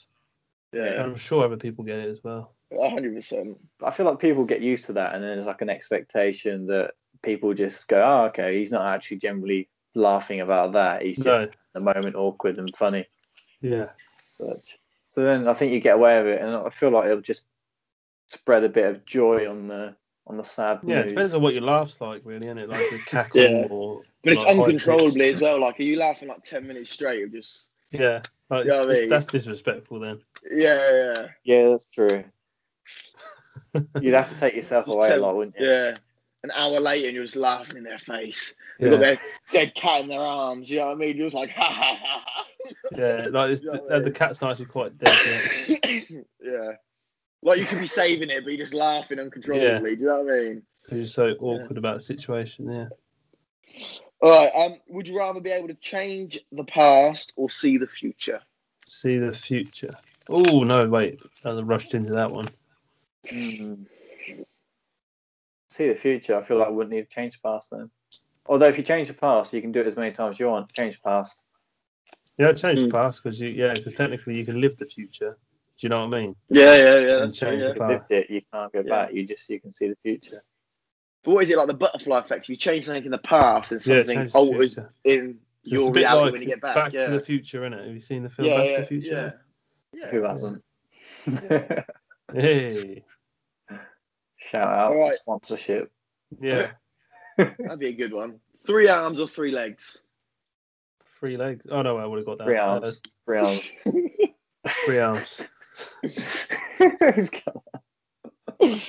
Speaker 2: And
Speaker 1: Yeah.
Speaker 2: I'm sure other people get it as well.
Speaker 1: hundred percent.
Speaker 3: I feel like people get used to that, and then there's like an expectation that people just go, "Oh, okay, he's not actually generally laughing about that. He's just
Speaker 2: No,
Speaker 3: at the moment awkward and funny."
Speaker 2: yeah,
Speaker 3: But so then I think you get away with it, and I feel like it'll just spread a bit of joy on the on the sad
Speaker 2: yeah. It
Speaker 3: news.
Speaker 2: depends on what your laughs like, really, isn't it? Like a cackle
Speaker 1: Yeah.
Speaker 2: or.
Speaker 1: But it's
Speaker 2: like, high
Speaker 1: uncontrollably
Speaker 2: pitch.
Speaker 1: as well. Like are you laughing like ten minutes straight or just
Speaker 2: Yeah, like,
Speaker 1: You know what I
Speaker 2: it's-
Speaker 1: mean?
Speaker 2: that's disrespectful. Then
Speaker 1: Yeah, yeah,
Speaker 3: Yeah,
Speaker 2: (laughs)
Speaker 3: that's true. You'd have to take yourself
Speaker 1: Just
Speaker 3: away a
Speaker 1: tell-
Speaker 3: lot, wouldn't
Speaker 1: yeah.
Speaker 3: you?
Speaker 1: yeah. An hour later and you're just laughing in their face.
Speaker 2: yeah,
Speaker 1: You've got their dead cat in their arms, you know what I mean? You're just like ha ha ha ha. (coughs)
Speaker 2: yeah, like it's,
Speaker 1: You know what I
Speaker 2: the, the
Speaker 1: mean?
Speaker 2: cat's not actually quite dead. Yeah.
Speaker 1: yeah. Like you could be saving it, but you're just laughing uncontrollably. Do you know what I mean?
Speaker 2: 'Cause You're so awkward about the situation. Yeah,
Speaker 1: All right. Um, would you rather be able to change the past or see the future?
Speaker 2: see the future. Oh no, wait, I was rushed into that one.
Speaker 3: Mm. See the future. I feel like I wouldn't need to change the past then. Although if you change the past, you can do it as many times as you want. Change the past.
Speaker 2: Yeah, I changed
Speaker 1: Hmm.
Speaker 2: the past because you, yeah, because technically you can live the future. Do you know what I mean?
Speaker 1: Yeah, yeah, yeah.
Speaker 2: And change
Speaker 1: yeah.
Speaker 2: the
Speaker 3: You
Speaker 2: past.
Speaker 3: lived it. You can't go
Speaker 1: Yeah.
Speaker 3: back. You just you can see the future.
Speaker 1: But what is it like the butterfly effect? If you change something in the past and
Speaker 2: Yeah,
Speaker 1: something
Speaker 2: change the
Speaker 1: alters
Speaker 2: future.
Speaker 1: in
Speaker 2: So
Speaker 1: your
Speaker 2: it's a bit
Speaker 1: reality
Speaker 2: like
Speaker 1: when you get back.
Speaker 2: Back
Speaker 1: yeah.
Speaker 2: to the Future, innit? Have you seen the film
Speaker 1: yeah,
Speaker 2: Back
Speaker 1: yeah,
Speaker 2: to the Future?
Speaker 1: yeah.
Speaker 3: Who
Speaker 1: Yeah.
Speaker 3: hasn't?
Speaker 2: Hey,
Speaker 3: (laughs) Shout out
Speaker 1: Alright.
Speaker 3: sponsorship.
Speaker 2: yeah,
Speaker 1: That'd be a good one. Three arms or three
Speaker 2: (sighs)
Speaker 1: legs?
Speaker 2: three legs. Oh no, I would have got that.
Speaker 3: Three
Speaker 2: Uh,
Speaker 3: arms. Three arms.
Speaker 2: three arms. (laughs)
Speaker 3: (laughs)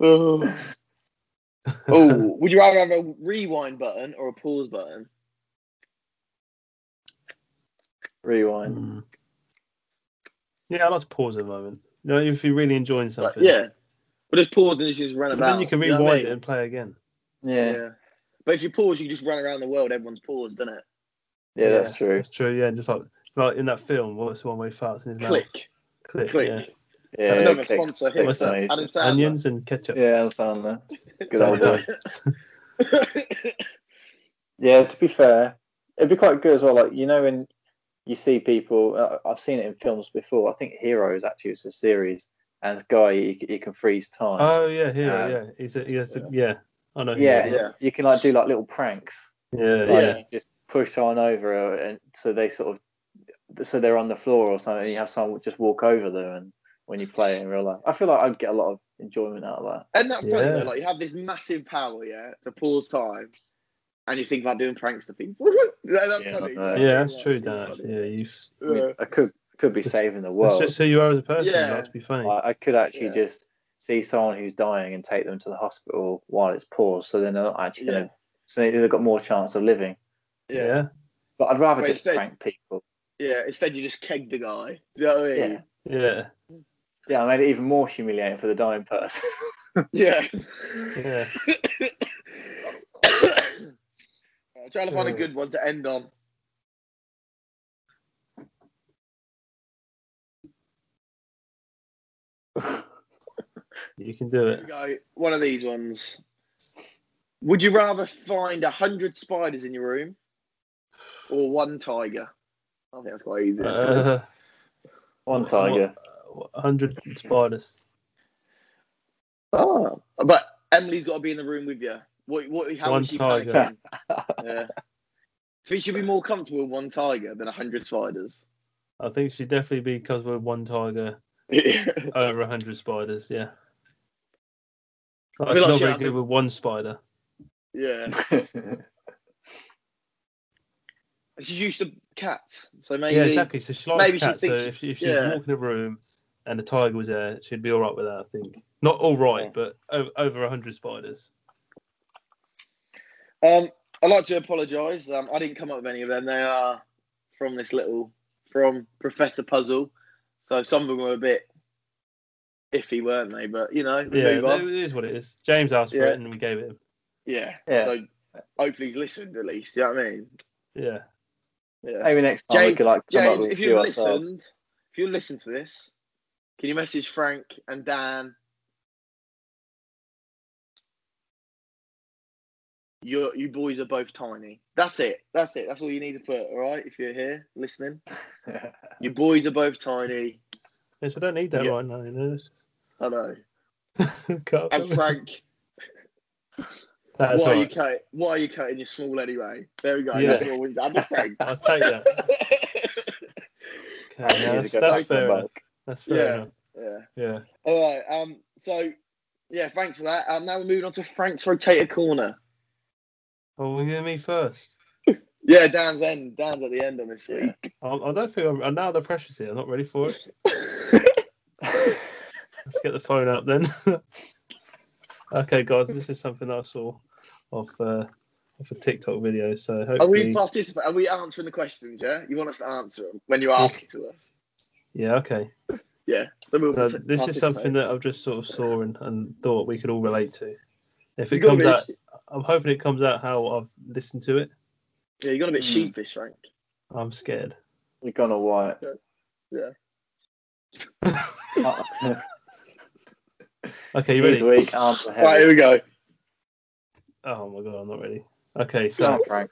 Speaker 1: oh. oh, would you rather have a rewind button or a pause button?
Speaker 3: Rewind.
Speaker 2: Hmm. Yeah, I like to pause at the moment. You know, if you're really enjoying
Speaker 1: Like,
Speaker 2: something,
Speaker 1: yeah. But just pause and you just run
Speaker 2: And
Speaker 1: about.
Speaker 2: then you can
Speaker 1: know
Speaker 2: rewind
Speaker 1: what I
Speaker 2: it
Speaker 1: mean?
Speaker 2: and play again.
Speaker 3: Yeah. Yeah,
Speaker 1: Yeah. But if you pause, you just run around the world. Everyone's paused, doesn't it?
Speaker 3: that's true.
Speaker 2: That's true. Yeah, just like like in that film, what's the one where he farts in his mouth?
Speaker 1: Click.
Speaker 2: click.
Speaker 1: click.
Speaker 2: Yeah.
Speaker 3: Yeah.
Speaker 1: Another
Speaker 3: click.
Speaker 1: sponsor here.
Speaker 2: What's
Speaker 3: that?
Speaker 1: Adam Sandler.
Speaker 2: Onions and ketchup.
Speaker 3: Yeah, that's on there. Good
Speaker 2: So
Speaker 3: old
Speaker 2: done.
Speaker 3: boy.
Speaker 1: (laughs)
Speaker 3: Yeah, to be fair, it'd be quite good as well. Like you know, when you see people, I- I've seen it in films before. I think Heroes actually it's a series, and this guy you, c- you can freeze time.
Speaker 2: Oh yeah, here,
Speaker 3: Um,
Speaker 2: yeah. He's a, he has a, yeah. I know.
Speaker 3: yeah,
Speaker 2: him.
Speaker 1: yeah.
Speaker 3: you can like do like little pranks.
Speaker 2: yeah,
Speaker 3: Like,
Speaker 1: Yeah.
Speaker 3: you just push on over, uh, and so they sort of, so they're on the floor or something. And you have someone just walk over them, and when you play it in real life, I feel like I'd get a lot of enjoyment out of that.
Speaker 1: and that funny
Speaker 2: Yeah.
Speaker 1: though, like you have this massive power, yeah, to pause time, and you think about doing pranks to people. (laughs) that's
Speaker 3: Yeah,
Speaker 1: funny.
Speaker 3: no.
Speaker 2: Yeah, that's true,
Speaker 1: that's
Speaker 2: Dad. Yeah, you. have
Speaker 3: I, mean,
Speaker 1: Yeah.
Speaker 3: I could could be
Speaker 2: It's-
Speaker 3: saving the
Speaker 2: That's
Speaker 3: world.
Speaker 2: just who you are as a person.
Speaker 1: Yeah.
Speaker 2: Not to be funny.
Speaker 3: I, I could actually
Speaker 1: Yeah.
Speaker 3: just see someone who's dying and take them to the hospital while it's paused, so then they're not actually going to. So they've got more chance of living.
Speaker 2: yeah.
Speaker 1: yeah,
Speaker 3: But I'd rather
Speaker 1: Wait,
Speaker 3: just
Speaker 1: so-
Speaker 3: prank people.
Speaker 1: yeah. Instead, you just keg the guy. Do you know what I
Speaker 3: Yeah.
Speaker 1: mean?
Speaker 2: yeah,
Speaker 3: Yeah, I made it even more humiliating for the dying person. (laughs)
Speaker 2: (laughs)
Speaker 1: Yeah. (coughs)
Speaker 2: yeah,
Speaker 1: I'm trying to find a good one to end on.
Speaker 2: You can do
Speaker 1: Here
Speaker 2: it.
Speaker 1: we go. One of these ones. Would you rather find a hundred spiders in your room or one tiger? I think that's quite easy.
Speaker 2: Uh, (laughs)
Speaker 3: One tiger. (laughs)
Speaker 2: 100 spiders.
Speaker 1: oh, but Emily's got to be in the room with you. What? What? How
Speaker 2: One
Speaker 1: is she
Speaker 2: tiger.
Speaker 1: panicking? yeah. (laughs) So you should be more comfortable with one tiger than a hundred
Speaker 2: (laughs)
Speaker 1: spiders.
Speaker 2: I think she'd definitely be because we're one tiger
Speaker 1: yeah.
Speaker 2: over 100 spiders. Yeah.
Speaker 1: I feel
Speaker 2: Like, she's
Speaker 1: like
Speaker 2: not
Speaker 1: she-
Speaker 2: very
Speaker 1: I
Speaker 2: good with one spider.
Speaker 1: And She's used to cats, so maybe.
Speaker 2: yeah, exactly. So she likes
Speaker 1: maybe she
Speaker 2: cats. so
Speaker 1: thinks-
Speaker 2: if she, if she
Speaker 1: yeah.
Speaker 2: was walking the room and the tiger was there, she'd be all right with that, I think. Not all right,
Speaker 1: Yeah.
Speaker 2: but over, over 100 spiders.
Speaker 1: Um, I'd like to apologise. Um, I didn't come up with any of them. They are from this little from Professor Puzzle. So some of them were a bit iffy, weren't they? But you know, we
Speaker 2: Yeah,
Speaker 1: move on.
Speaker 2: it is what it is. James asked for
Speaker 1: Yeah.
Speaker 2: it and we gave it him.
Speaker 1: yeah.
Speaker 3: Yeah.
Speaker 1: So hopefully he's listened at least. You know what I mean?
Speaker 2: Yeah.
Speaker 1: Yeah.
Speaker 3: Maybe next time we
Speaker 1: James-
Speaker 3: could like come up
Speaker 1: James,
Speaker 3: with a
Speaker 1: if
Speaker 3: few
Speaker 1: you
Speaker 3: ourselves.
Speaker 1: listened, if you listen to this, can you message Frank and Dan? You you boys are both tiny. That's it. That's it. That's all you need to put. All right, if you're here listening.
Speaker 3: (laughs)
Speaker 1: Your boys are both tiny.
Speaker 2: Yes, I don't need that
Speaker 1: Yeah.
Speaker 2: right now, you know. it's
Speaker 1: I know.
Speaker 2: just- (laughs) Can't-
Speaker 1: And Frank,
Speaker 2: That's
Speaker 1: why
Speaker 2: all
Speaker 1: are you
Speaker 2: right.
Speaker 1: cutting? Why are you cutting? You're small anyway. There we go.
Speaker 2: Yeah.
Speaker 1: That's all we- I'm a Frank.
Speaker 2: (laughs) I'll take that. Okay,
Speaker 3: I need to
Speaker 2: that's,
Speaker 3: go
Speaker 2: that's
Speaker 3: back to
Speaker 2: fair
Speaker 3: my
Speaker 2: enough.
Speaker 3: book.
Speaker 2: That's fair
Speaker 1: Yeah.
Speaker 2: enough.
Speaker 1: yeah.
Speaker 2: Yeah.
Speaker 1: All right. Um. So, yeah. Thanks for that. Um. Now we're moving on to Frank's rotator corner.
Speaker 2: Oh, we're going to me first.
Speaker 1: Yeah. Dan's end. Dan's at the end on this
Speaker 3: Yeah.
Speaker 1: week.
Speaker 2: I, I don't think I'm, and now the pressure's here. I'm not ready
Speaker 1: (laughs)
Speaker 2: for it. Let's get the phone out then. (laughs) okay, guys, this is something I saw off uh, off a TikTok video. So
Speaker 1: Are we
Speaker 2: hopefully,
Speaker 1: participate? Are we answering the questions? Yeah. You want us to answer them when you ask it to us?
Speaker 2: yeah, okay.
Speaker 1: Yeah. So we'll.
Speaker 2: So this is something that I've just sort of saw and, and thought we could all relate to. If it comes out, I'm hoping it comes out how I've listened to it.
Speaker 1: Yeah. You got a bit
Speaker 3: Hmm.
Speaker 1: sheepish, Frank.
Speaker 2: I'm scared.
Speaker 3: You're gonna what?
Speaker 1: Yeah.
Speaker 2: Okay, (laughs) you
Speaker 3: This
Speaker 2: ready?
Speaker 3: week, answer
Speaker 1: All right. Here
Speaker 3: heavy.
Speaker 1: we go.
Speaker 2: Oh my god, I'm not ready. Okay,
Speaker 3: Come
Speaker 2: so
Speaker 3: on, Frank.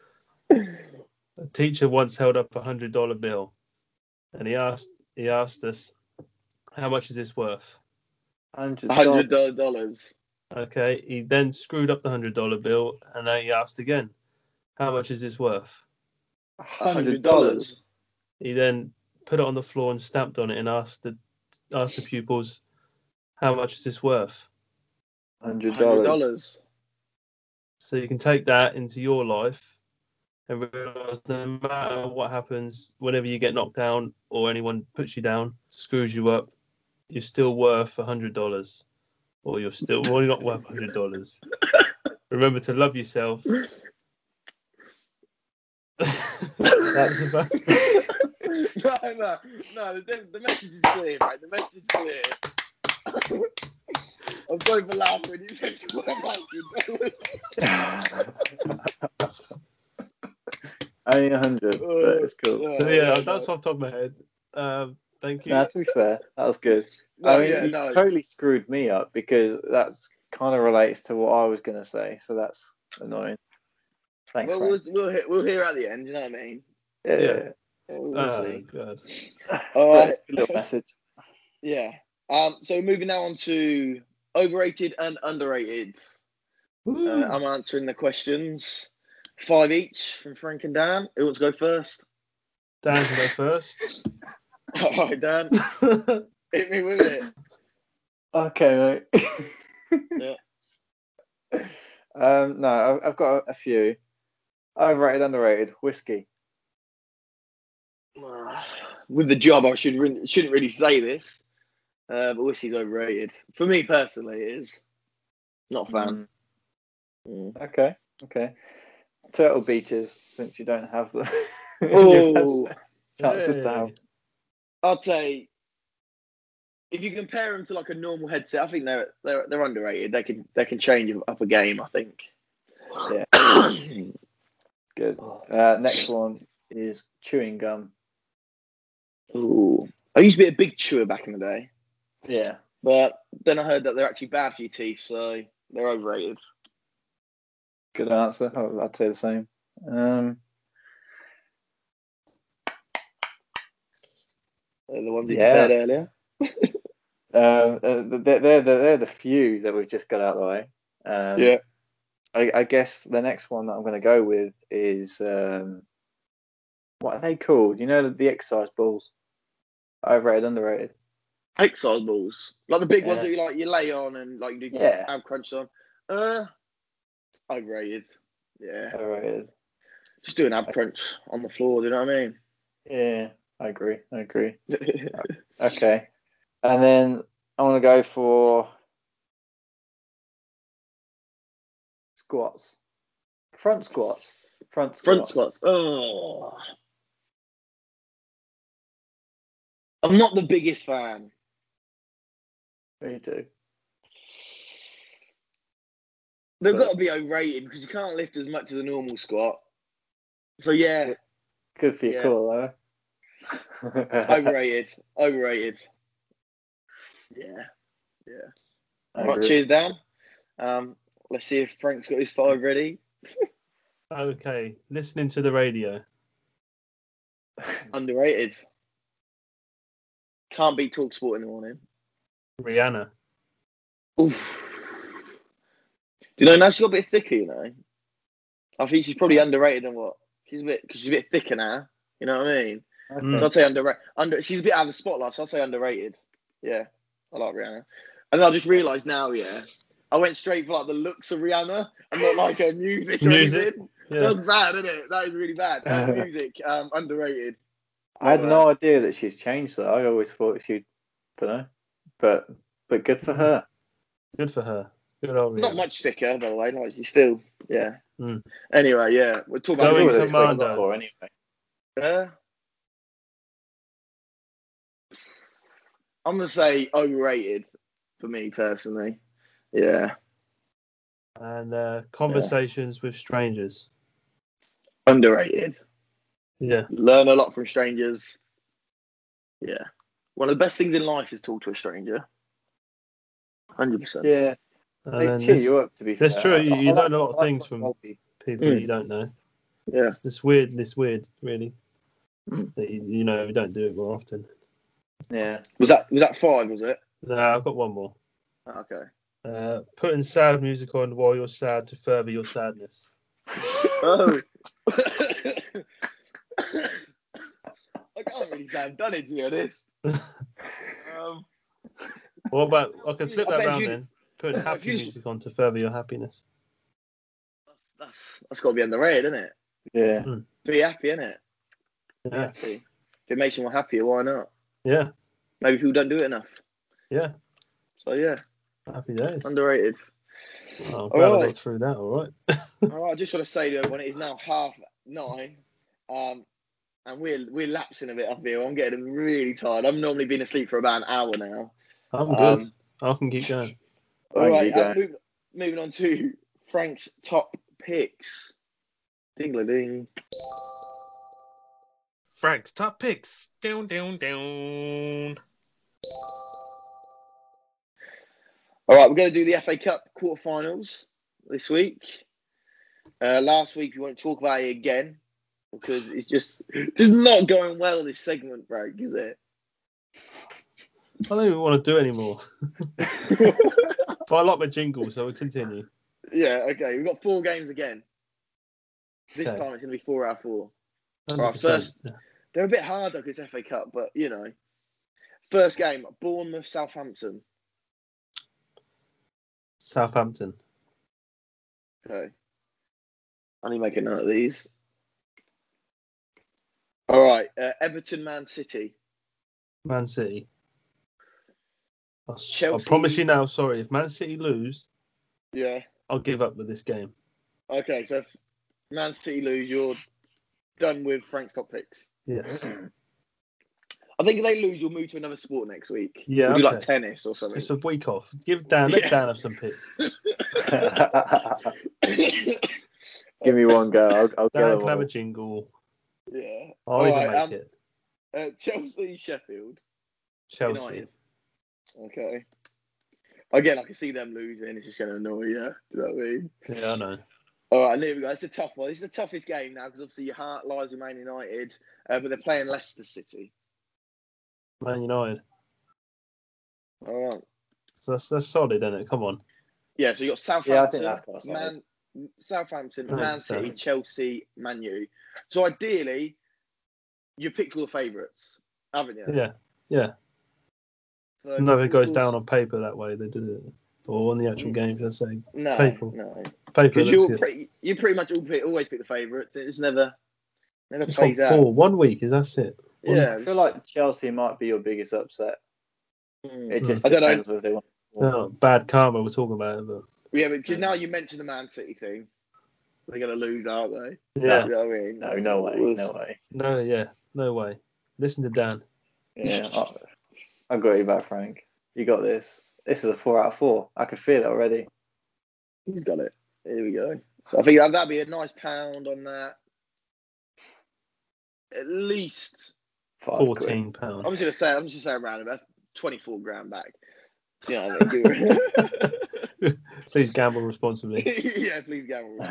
Speaker 2: A teacher once held up a hundred dollar bill, and he asked he asked us, "How much is this worth?"
Speaker 3: Hundred
Speaker 1: Hundred
Speaker 3: dollars.
Speaker 1: dollars.
Speaker 2: Okay. He then screwed up the hundred dollar bill, and then he asked again, "How much is this worth?"
Speaker 3: Hundred dollars.
Speaker 2: He then put it on the floor and stamped on it, and asked the asked the pupils, "How much is this worth?"
Speaker 3: Hundred
Speaker 1: Hundred
Speaker 3: dollars.
Speaker 1: dollars.
Speaker 2: So you can take that into your life and realize no matter what happens, whenever you get knocked down or anyone puts you down, screws you up, you're still worth a hundred dollars, or you're still well, you're not worth a hundred dollars. Remember to love yourself. (laughs) That's (laughs) about-
Speaker 1: (laughs) no, no, no. The, the message is clear, mate. The message is clear. (laughs) I'm sorry for laughing. You said you were laughing.
Speaker 3: (laughs) Only a hundred,
Speaker 1: Uh,
Speaker 3: but it's cool.
Speaker 2: so yeah, that's off the top of my head. Um, thank you.
Speaker 3: Now, to be fair, that was good.
Speaker 1: No,
Speaker 3: I mean,
Speaker 1: yeah,
Speaker 3: you
Speaker 1: no.
Speaker 3: totally screwed me up because that's kind of relates to what I was gonna say. So that's annoying. Thanks,
Speaker 1: Well, we'll,
Speaker 3: Frank.
Speaker 1: we'll, hear, we'll hear at the end. You know what I mean?
Speaker 2: yeah.
Speaker 1: We'll we'll
Speaker 2: Oh,
Speaker 1: see.
Speaker 2: God.
Speaker 1: All right. (laughs)
Speaker 3: But Uh, it's a good little message.
Speaker 1: Yeah. Um. So moving now on to overrated and underrated.
Speaker 2: Woo.
Speaker 1: Uh, I'm answering the questions. Five each from Frank and Dan. Who wants to go first? (laughs)
Speaker 2: Dan can go first. (laughs)
Speaker 1: All right, Dan. (laughs) Hit me with it. (sighs)
Speaker 3: Okay,
Speaker 1: (laughs)
Speaker 3: (laughs) mate. um, no, I- I've got a- a few. Overrated, underrated whiskey.
Speaker 1: With the job, I should re- shouldn't really say this, uh, but whiskey's overrated for me personally. It is not a fan. Mm.
Speaker 3: Okay, okay. Turtle beaches, since you don't have them. (laughs) you've had
Speaker 1: Oh,
Speaker 3: chances to have.
Speaker 2: Hey.
Speaker 1: I'd say if you compare them to like a normal headset, I think they're they're they're underrated. They can they can change up a game. I think.
Speaker 3: Good. Uh, next one is chewing gum.
Speaker 1: (clears throat) Ooh. I used to be a big chewer back in the day,
Speaker 3: Yeah.
Speaker 1: but then I heard that they're actually bad for your teeth, so they're overrated.
Speaker 3: Good answer. I- I'd say the same. Um,
Speaker 1: They're the ones you
Speaker 3: Yeah.
Speaker 1: compared earlier.
Speaker 3: uh, uh, they're, they're, the- they're the few that we've just got out of the way. Um,
Speaker 1: Yeah.
Speaker 3: I, I guess the next one that I'm going to go with is um, what are they called? You know, the, the exercise balls. Overrated, underrated.
Speaker 1: Exercise balls, like the big ones
Speaker 3: Yeah.
Speaker 1: that you like, you lay on and like you do
Speaker 3: Yeah.
Speaker 1: ab crunch on. Uh, overrated. Yeah,
Speaker 3: Overrated.
Speaker 1: just do an ab crunch on the floor. Do you know what I mean? (laughs)
Speaker 3: Yeah, I agree. I agree. Okay. And then I want to go for squats. Front squats. Front squats.
Speaker 1: Front squats. Oh. I'm not the biggest fan.
Speaker 3: Me too.
Speaker 1: They've
Speaker 3: But-
Speaker 1: got to be overrated because you can't lift as much as a normal squat. So
Speaker 3: (laughs)
Speaker 1: yeah,
Speaker 3: Good for your
Speaker 1: Yeah.
Speaker 3: core, though.
Speaker 1: overrated. overrated. Yeah.
Speaker 3: (laughs) I
Speaker 1: Right,
Speaker 3: agree.
Speaker 1: cheers, Dan. Um, let's see if Frank's got his five ready.
Speaker 2: Okay, listening to the radio.
Speaker 1: Underrated. Can't beat talk sport in the morning.
Speaker 2: Rihanna.
Speaker 1: Oof. Do you know now she's got a bit thicker, you know? I think she's probably underrated than what she's a bit because she's a bit thicker now. You know what I mean?
Speaker 3: Okay.
Speaker 2: Hmm.
Speaker 1: So I'd say underrated. Under she's a bit out of the spotlight, so I'd say underrated. Yeah, I like Rihanna. And then I just realised now, yeah, I went straight for like the looks of Rihanna and not like her music. Or
Speaker 2: Music.
Speaker 1: anything.
Speaker 2: Yeah. Uh-huh.
Speaker 1: That's bad, isn't it? That is really bad. That music, um, underrated.
Speaker 3: I had no idea that she's changed that. I always thought she'd, don't know, but but good for her.
Speaker 2: Good for her. Good old
Speaker 1: Not
Speaker 2: Rihanna.
Speaker 1: much thicker, by the way. Like she's still, yeah.
Speaker 2: Mm.
Speaker 1: Anyway, yeah, we're talking about.
Speaker 3: That's
Speaker 2: Going
Speaker 3: all
Speaker 2: to
Speaker 3: it's got
Speaker 2: Mando.
Speaker 3: for anyway.
Speaker 1: Yeah. I'm gonna say overrated for me personally. Yeah,
Speaker 2: And uh, conversations with strangers.
Speaker 1: underrated.
Speaker 2: Yeah.
Speaker 1: Learn a lot from strangers. Yeah, one of the best things in life is talk to a stranger. Hundred percent.
Speaker 3: Yeah,
Speaker 2: And
Speaker 3: they
Speaker 2: then
Speaker 3: cheer
Speaker 2: this-
Speaker 3: you up to be.
Speaker 2: that's
Speaker 3: fair.
Speaker 2: true,
Speaker 3: I-
Speaker 2: you-
Speaker 3: I
Speaker 2: you
Speaker 3: like-
Speaker 2: learn a lot of
Speaker 3: I like
Speaker 2: things from-
Speaker 3: rugby.
Speaker 2: people
Speaker 1: Mm.
Speaker 2: you don't know.
Speaker 1: Yeah,
Speaker 2: It's this weird, this weird, really.
Speaker 1: Mm.
Speaker 2: That you, you know, we don't do it more often.
Speaker 3: Yeah,
Speaker 1: was that was that five? Was it? Ah,
Speaker 2: No, I've got one more.
Speaker 1: Okay.
Speaker 2: Uh, putting sad music on while you're sad to further your sadness.
Speaker 1: Oh. (laughs) I can't really say I've done it to be honest. Um,
Speaker 2: What about? I can flip
Speaker 1: I
Speaker 2: that
Speaker 1: bet
Speaker 2: round
Speaker 1: you-
Speaker 2: then.
Speaker 1: (laughs)
Speaker 2: Putting
Speaker 1: I
Speaker 2: happy
Speaker 1: bet you-
Speaker 2: music on to further your happiness.
Speaker 1: that's that's got to be underrated, isn't it?
Speaker 3: yeah.
Speaker 1: Be happy, isn't it?
Speaker 2: Yeah,
Speaker 1: happy. If it makes you more happier, why not?
Speaker 2: yeah,
Speaker 1: Maybe people don't do it enough.
Speaker 2: yeah.
Speaker 1: So yeah,
Speaker 2: Happy days.
Speaker 3: (laughs)
Speaker 1: underrated.
Speaker 2: Oh, I'm glad I
Speaker 1: Alright.
Speaker 2: got through that. All right.
Speaker 1: All right, I just want to say to everyone, it is now half nine, um, and we're we're lapsing a bit up here. I'm getting really tired. I've normally been asleep for about an hour now.
Speaker 2: I'm good.
Speaker 1: Um,
Speaker 2: I can keep going.
Speaker 1: All
Speaker 3: Thank
Speaker 1: right,
Speaker 3: you,
Speaker 1: uh,
Speaker 3: Dan.
Speaker 1: move, moving on to Frank's top picks. Ding ding.
Speaker 4: Frank's top picks. Down, down, down.
Speaker 1: All right, we're going to do the FA Cup quarterfinals this week. Uh, last week we won't talk about it again because it's just just not going well. This segment, break, is it?
Speaker 2: I don't even want to do it
Speaker 1: (laughs)
Speaker 2: anymore. but I like my jingle, so we continue.
Speaker 1: Yeah. Okay, we've got four games again. This
Speaker 2: Okay.
Speaker 1: time it's going to be four out of four.
Speaker 2: 100%.
Speaker 1: Alright, first- They're a bit hard though because it's FA Cup, but you know. First game, Bournemouth Southampton.
Speaker 2: Southampton.
Speaker 1: Okay. I need to make a note of these. All right, uh, Everton, Man City.
Speaker 2: Man City. I, s- I
Speaker 1: Chelsea-
Speaker 2: promise you now. Sorry, if Man City lose,
Speaker 1: Yeah.
Speaker 2: I'll give up with this game.
Speaker 1: Okay, so if Man City lose, you're done with Frank's top picks. Mm-hmm.
Speaker 2: Yes,
Speaker 1: I think if they lose, you'll move to another sport next week.
Speaker 2: Yeah,
Speaker 1: We'll do like
Speaker 2: okay.
Speaker 1: tennis or something. (coughs)
Speaker 2: it's a week off. Give Dan, let
Speaker 1: Yeah.
Speaker 2: Dan have
Speaker 1: (laughs)
Speaker 2: some picks. (laughs)
Speaker 3: (laughs) Give me
Speaker 1: (laughs)
Speaker 3: one go. I'll, I'll
Speaker 2: Dan
Speaker 3: go.
Speaker 2: can have a jingle.
Speaker 1: yeah.
Speaker 2: I'll
Speaker 1: All
Speaker 2: even
Speaker 1: right,
Speaker 2: make
Speaker 1: um,
Speaker 2: it.
Speaker 1: Uh, Chelsea, Sheffield.
Speaker 2: Chelsea.
Speaker 1: United. Okay. Again, I can see them losing. It's just going to annoy you. Do you know what I mean?
Speaker 2: Yeah, I know.
Speaker 1: All right, here we go. It's a tough one. This is the toughest game now because obviously your heart lies with Man United, uh, but they're playing Leicester City.
Speaker 2: Man United.
Speaker 1: All right.
Speaker 2: So that's that's solid, isn't it? Come on.
Speaker 1: Yeah, so you got
Speaker 3: Yeah, I
Speaker 1: Southampton,
Speaker 3: think that's quite solid.
Speaker 1: Man, Southampton,
Speaker 2: I
Speaker 1: Man
Speaker 2: understand.
Speaker 1: City, Chelsea, Man U. So ideally, you picked all the favourites, haven't you?
Speaker 2: Yeah.
Speaker 1: So
Speaker 2: No, it goes
Speaker 1: equals-
Speaker 2: down on paper that way. They did it. Or on the actual game, they're saying.
Speaker 1: no,
Speaker 2: paper.
Speaker 1: no,
Speaker 2: Paper
Speaker 1: Mm. because
Speaker 2: looks
Speaker 1: you
Speaker 2: good.
Speaker 1: pretty, you pretty much all pick, always pick the favourites. It just never, never
Speaker 2: It's what,
Speaker 1: plays out.
Speaker 2: four. One week, is that's it?
Speaker 1: Yeah,
Speaker 3: I feel like Chelsea might be your biggest upset.
Speaker 1: Mm.
Speaker 3: It just
Speaker 1: I don't know.
Speaker 3: depends if they want.
Speaker 2: No, bad karma we're talking about. It, but
Speaker 1: Yeah, but 'cause now you mentioned the Man City thing. They're going to lose, aren't they?
Speaker 2: yeah.
Speaker 1: You know what I mean?
Speaker 3: No, no way, no way.
Speaker 2: No, yeah, no way. Listen to Dan.
Speaker 3: Yeah, I, I got you back, Frank. You got this. This is a four out of four. I can feel it already.
Speaker 1: He's got it. Here we go. So I think that- that'd be a nice pound on that. At least,
Speaker 3: Five quid.
Speaker 2: Fourteen
Speaker 1: I'm (laughs)
Speaker 2: pound.
Speaker 1: just going to say, I'm just going to say around about 24 grand back. Yeah, I mean,
Speaker 2: (laughs) Please gamble (laughs) responsibly.
Speaker 1: (laughs) yeah, please gamble.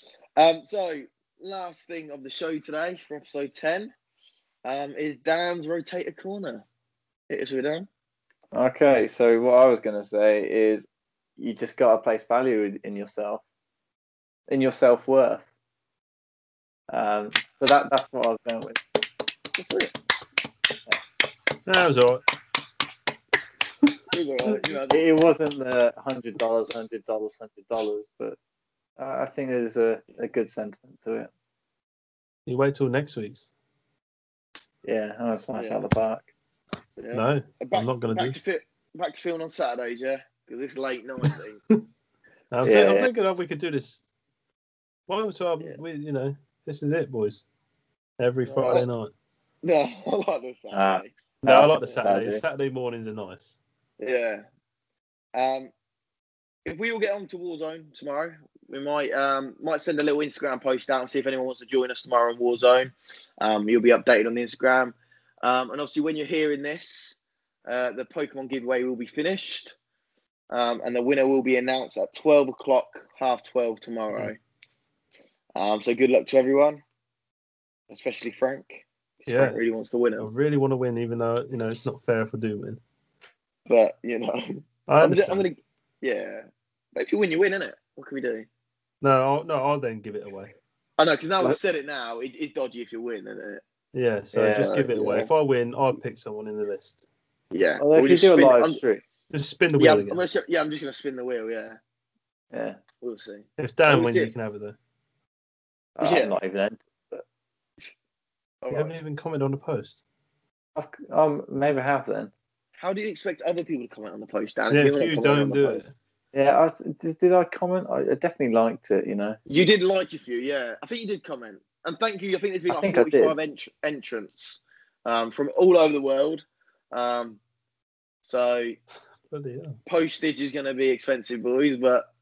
Speaker 2: (laughs)
Speaker 1: um, so, last thing of the show today for episode 10 um, is Dan's Rotator Corner. It is with Dan.
Speaker 3: (laughs) Okay, so what I was going to say is you just got to place value in- in yourself, in your self worth. Um, so that that's what I was going with.
Speaker 1: That's it.
Speaker 2: That was all right.
Speaker 1: It was all right, uh, you know,
Speaker 3: It, it wasn't the hundred dollars, hundred dollars, hundred dollars, but I I think there's a, a good sentiment to it.
Speaker 2: You wait till next week's.
Speaker 3: Yeah, I'm gonna smash
Speaker 1: Yeah.
Speaker 3: out the park.
Speaker 1: yeah.
Speaker 2: No,
Speaker 1: Back-
Speaker 2: I'm not going to
Speaker 1: back
Speaker 2: do.
Speaker 1: to fit, back to filming on Saturdays, yeah, because it's late night thing.
Speaker 2: I'm,
Speaker 3: Yeah,
Speaker 2: thi- I'm
Speaker 3: yeah.
Speaker 2: thinking that we could do this. Well, so um,
Speaker 1: Yeah.
Speaker 2: we, you know, this is it, boys. Every
Speaker 1: Yeah. Oh.
Speaker 2: Friday night.
Speaker 1: (laughs) No, I like the Saturday.
Speaker 3: Ah.
Speaker 2: No, I like the
Speaker 3: Yeah,
Speaker 2: Saturdays.
Speaker 3: Saturday.
Speaker 2: Saturday mornings are nice.
Speaker 1: Yeah. Um, if we all get on to Warzone tomorrow, we might um might send a little Instagram post out and see if anyone wants to join us tomorrow on Warzone. Um, you'll be updated on the Instagram. Um, and obviously when you're hearing this, uh, the Pokemon giveaway will be finished. Um, and the winner will be announced at twelve o'clock, half twelve tomorrow.
Speaker 2: Mm-hmm.
Speaker 1: Um, so good luck to everyone, especially Frank. 'cause
Speaker 2: Yeah.
Speaker 1: Frank really wants to win
Speaker 2: I
Speaker 1: it,
Speaker 2: really want to win, even though you know it's not fair if I do win.
Speaker 1: but you know.
Speaker 2: I
Speaker 1: I'm, just,
Speaker 2: understand.
Speaker 1: I'm gonna, yeah. But if you win, you win, innit? What can we do?
Speaker 2: No, I'll, no, I'll then give it away.
Speaker 1: I know because now we've
Speaker 3: What?
Speaker 1: said it. Now it, it's dodgy if you win, isn't it?
Speaker 2: Yeah, so
Speaker 3: Yeah,
Speaker 2: just give it away.
Speaker 1: yeah.
Speaker 2: If I win, I'll pick someone in the list.
Speaker 1: Yeah.
Speaker 3: Although if
Speaker 1: We'll
Speaker 3: you
Speaker 1: just
Speaker 3: do a
Speaker 1: spin-
Speaker 3: live
Speaker 1: I'm-
Speaker 3: stream,
Speaker 2: Just spin the
Speaker 1: yeah,
Speaker 2: wheel
Speaker 1: I'm,
Speaker 2: again.
Speaker 1: gonna, sh- yeah, I'm just gonna spin the wheel. Yeah,
Speaker 3: yeah,
Speaker 1: we'll see.
Speaker 2: If Dan
Speaker 1: That was
Speaker 2: wins,
Speaker 1: it.
Speaker 2: you can have it though.
Speaker 3: I-
Speaker 1: Yeah.
Speaker 3: I'm Uh, not even. End.
Speaker 1: All
Speaker 2: You
Speaker 1: right.
Speaker 2: haven't even commented on the post.
Speaker 3: I've, um, maybe I have then.
Speaker 1: How do you expect other people to comment on the post, Dan?
Speaker 2: yeah,
Speaker 1: you're not
Speaker 2: if you
Speaker 1: commenting
Speaker 2: don't
Speaker 1: on the
Speaker 2: do
Speaker 1: post?
Speaker 2: it,
Speaker 3: Yeah, I, did, did I comment? I, I definitely liked it. You know.
Speaker 1: you did like a few. Yeah, I think you did comment, and thank you. I think there's been
Speaker 3: I
Speaker 1: like
Speaker 3: think I did.
Speaker 1: 45 ent- entrants um, from all over the world. Um, so
Speaker 2: bloody hell.
Speaker 1: postage is going to be expensive, boys, but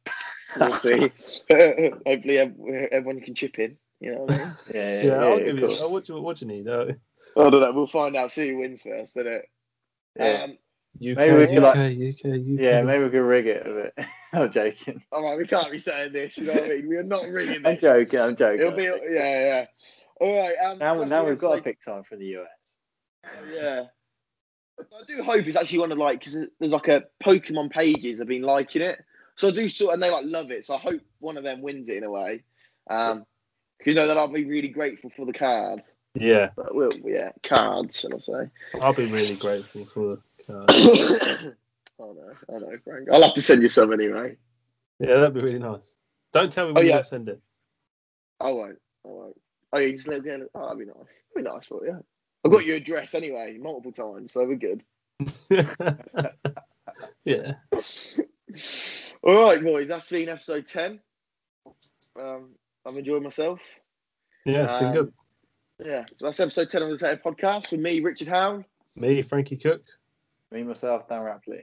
Speaker 1: we'll (laughs) see. Hopefully, ev- everyone can chip in. You know, what I, mean?
Speaker 3: Yeah,
Speaker 2: Yeah,
Speaker 3: yeah, yeah,
Speaker 2: I'll
Speaker 3: of
Speaker 2: give you.
Speaker 3: course.
Speaker 2: Oh, what, do you what do you need? Uh,
Speaker 1: (laughs) I don't know. We'll find out. See who wins first, isn't it?
Speaker 3: Yeah.
Speaker 1: Um,
Speaker 2: UK,
Speaker 3: Maybe we
Speaker 2: UK,
Speaker 3: could, like-
Speaker 2: UK, UK.
Speaker 3: Yeah, maybe we could rig it a bit. (laughs) I'm joking.
Speaker 1: all right, we can't be saying this. You know what I mean? We are not ringing
Speaker 3: I'm
Speaker 1: this.
Speaker 3: joking. I'm joking.
Speaker 1: It'll be yeah, yeah. All right. Um,
Speaker 3: now,
Speaker 1: so
Speaker 3: now
Speaker 1: that's
Speaker 3: we've
Speaker 1: all
Speaker 3: got
Speaker 1: I'd
Speaker 3: to pick someone from the US.
Speaker 1: say. Yeah. I do hope it's actually one of like because there's like a Pokemon pages have been liking it, so I do sort and they like love it. So I hope one of them wins it in a way. Um, 'cause you know that I'll be really grateful for the card.
Speaker 2: yeah,
Speaker 1: But we'll, yeah, cards, shall I say? (coughs)
Speaker 2: I'll be really grateful for. Uh,
Speaker 1: oh no, oh no, Frank. I'll have to send you some anyway.
Speaker 2: yeah, that'd be really nice. Don't tell me
Speaker 1: Oh,
Speaker 2: when
Speaker 1: yeah.
Speaker 2: you send it. (laughs)
Speaker 1: I won't. I won't. Oh, you just let me Oh, that'd be nice. That'd be nice for you. I got your address anyway, multiple times, so we're good. (coughs)
Speaker 2: yeah.
Speaker 1: All right, boys. That's been episode ten. Um, I've enjoyed myself.
Speaker 2: Yeah, it's been
Speaker 1: Um,
Speaker 2: good.
Speaker 1: Yeah, so that's episode ten of the Tater Podcast with me, Richard Howell.
Speaker 2: Me, Frankie Cook.
Speaker 3: Me myself, Dan Rapley.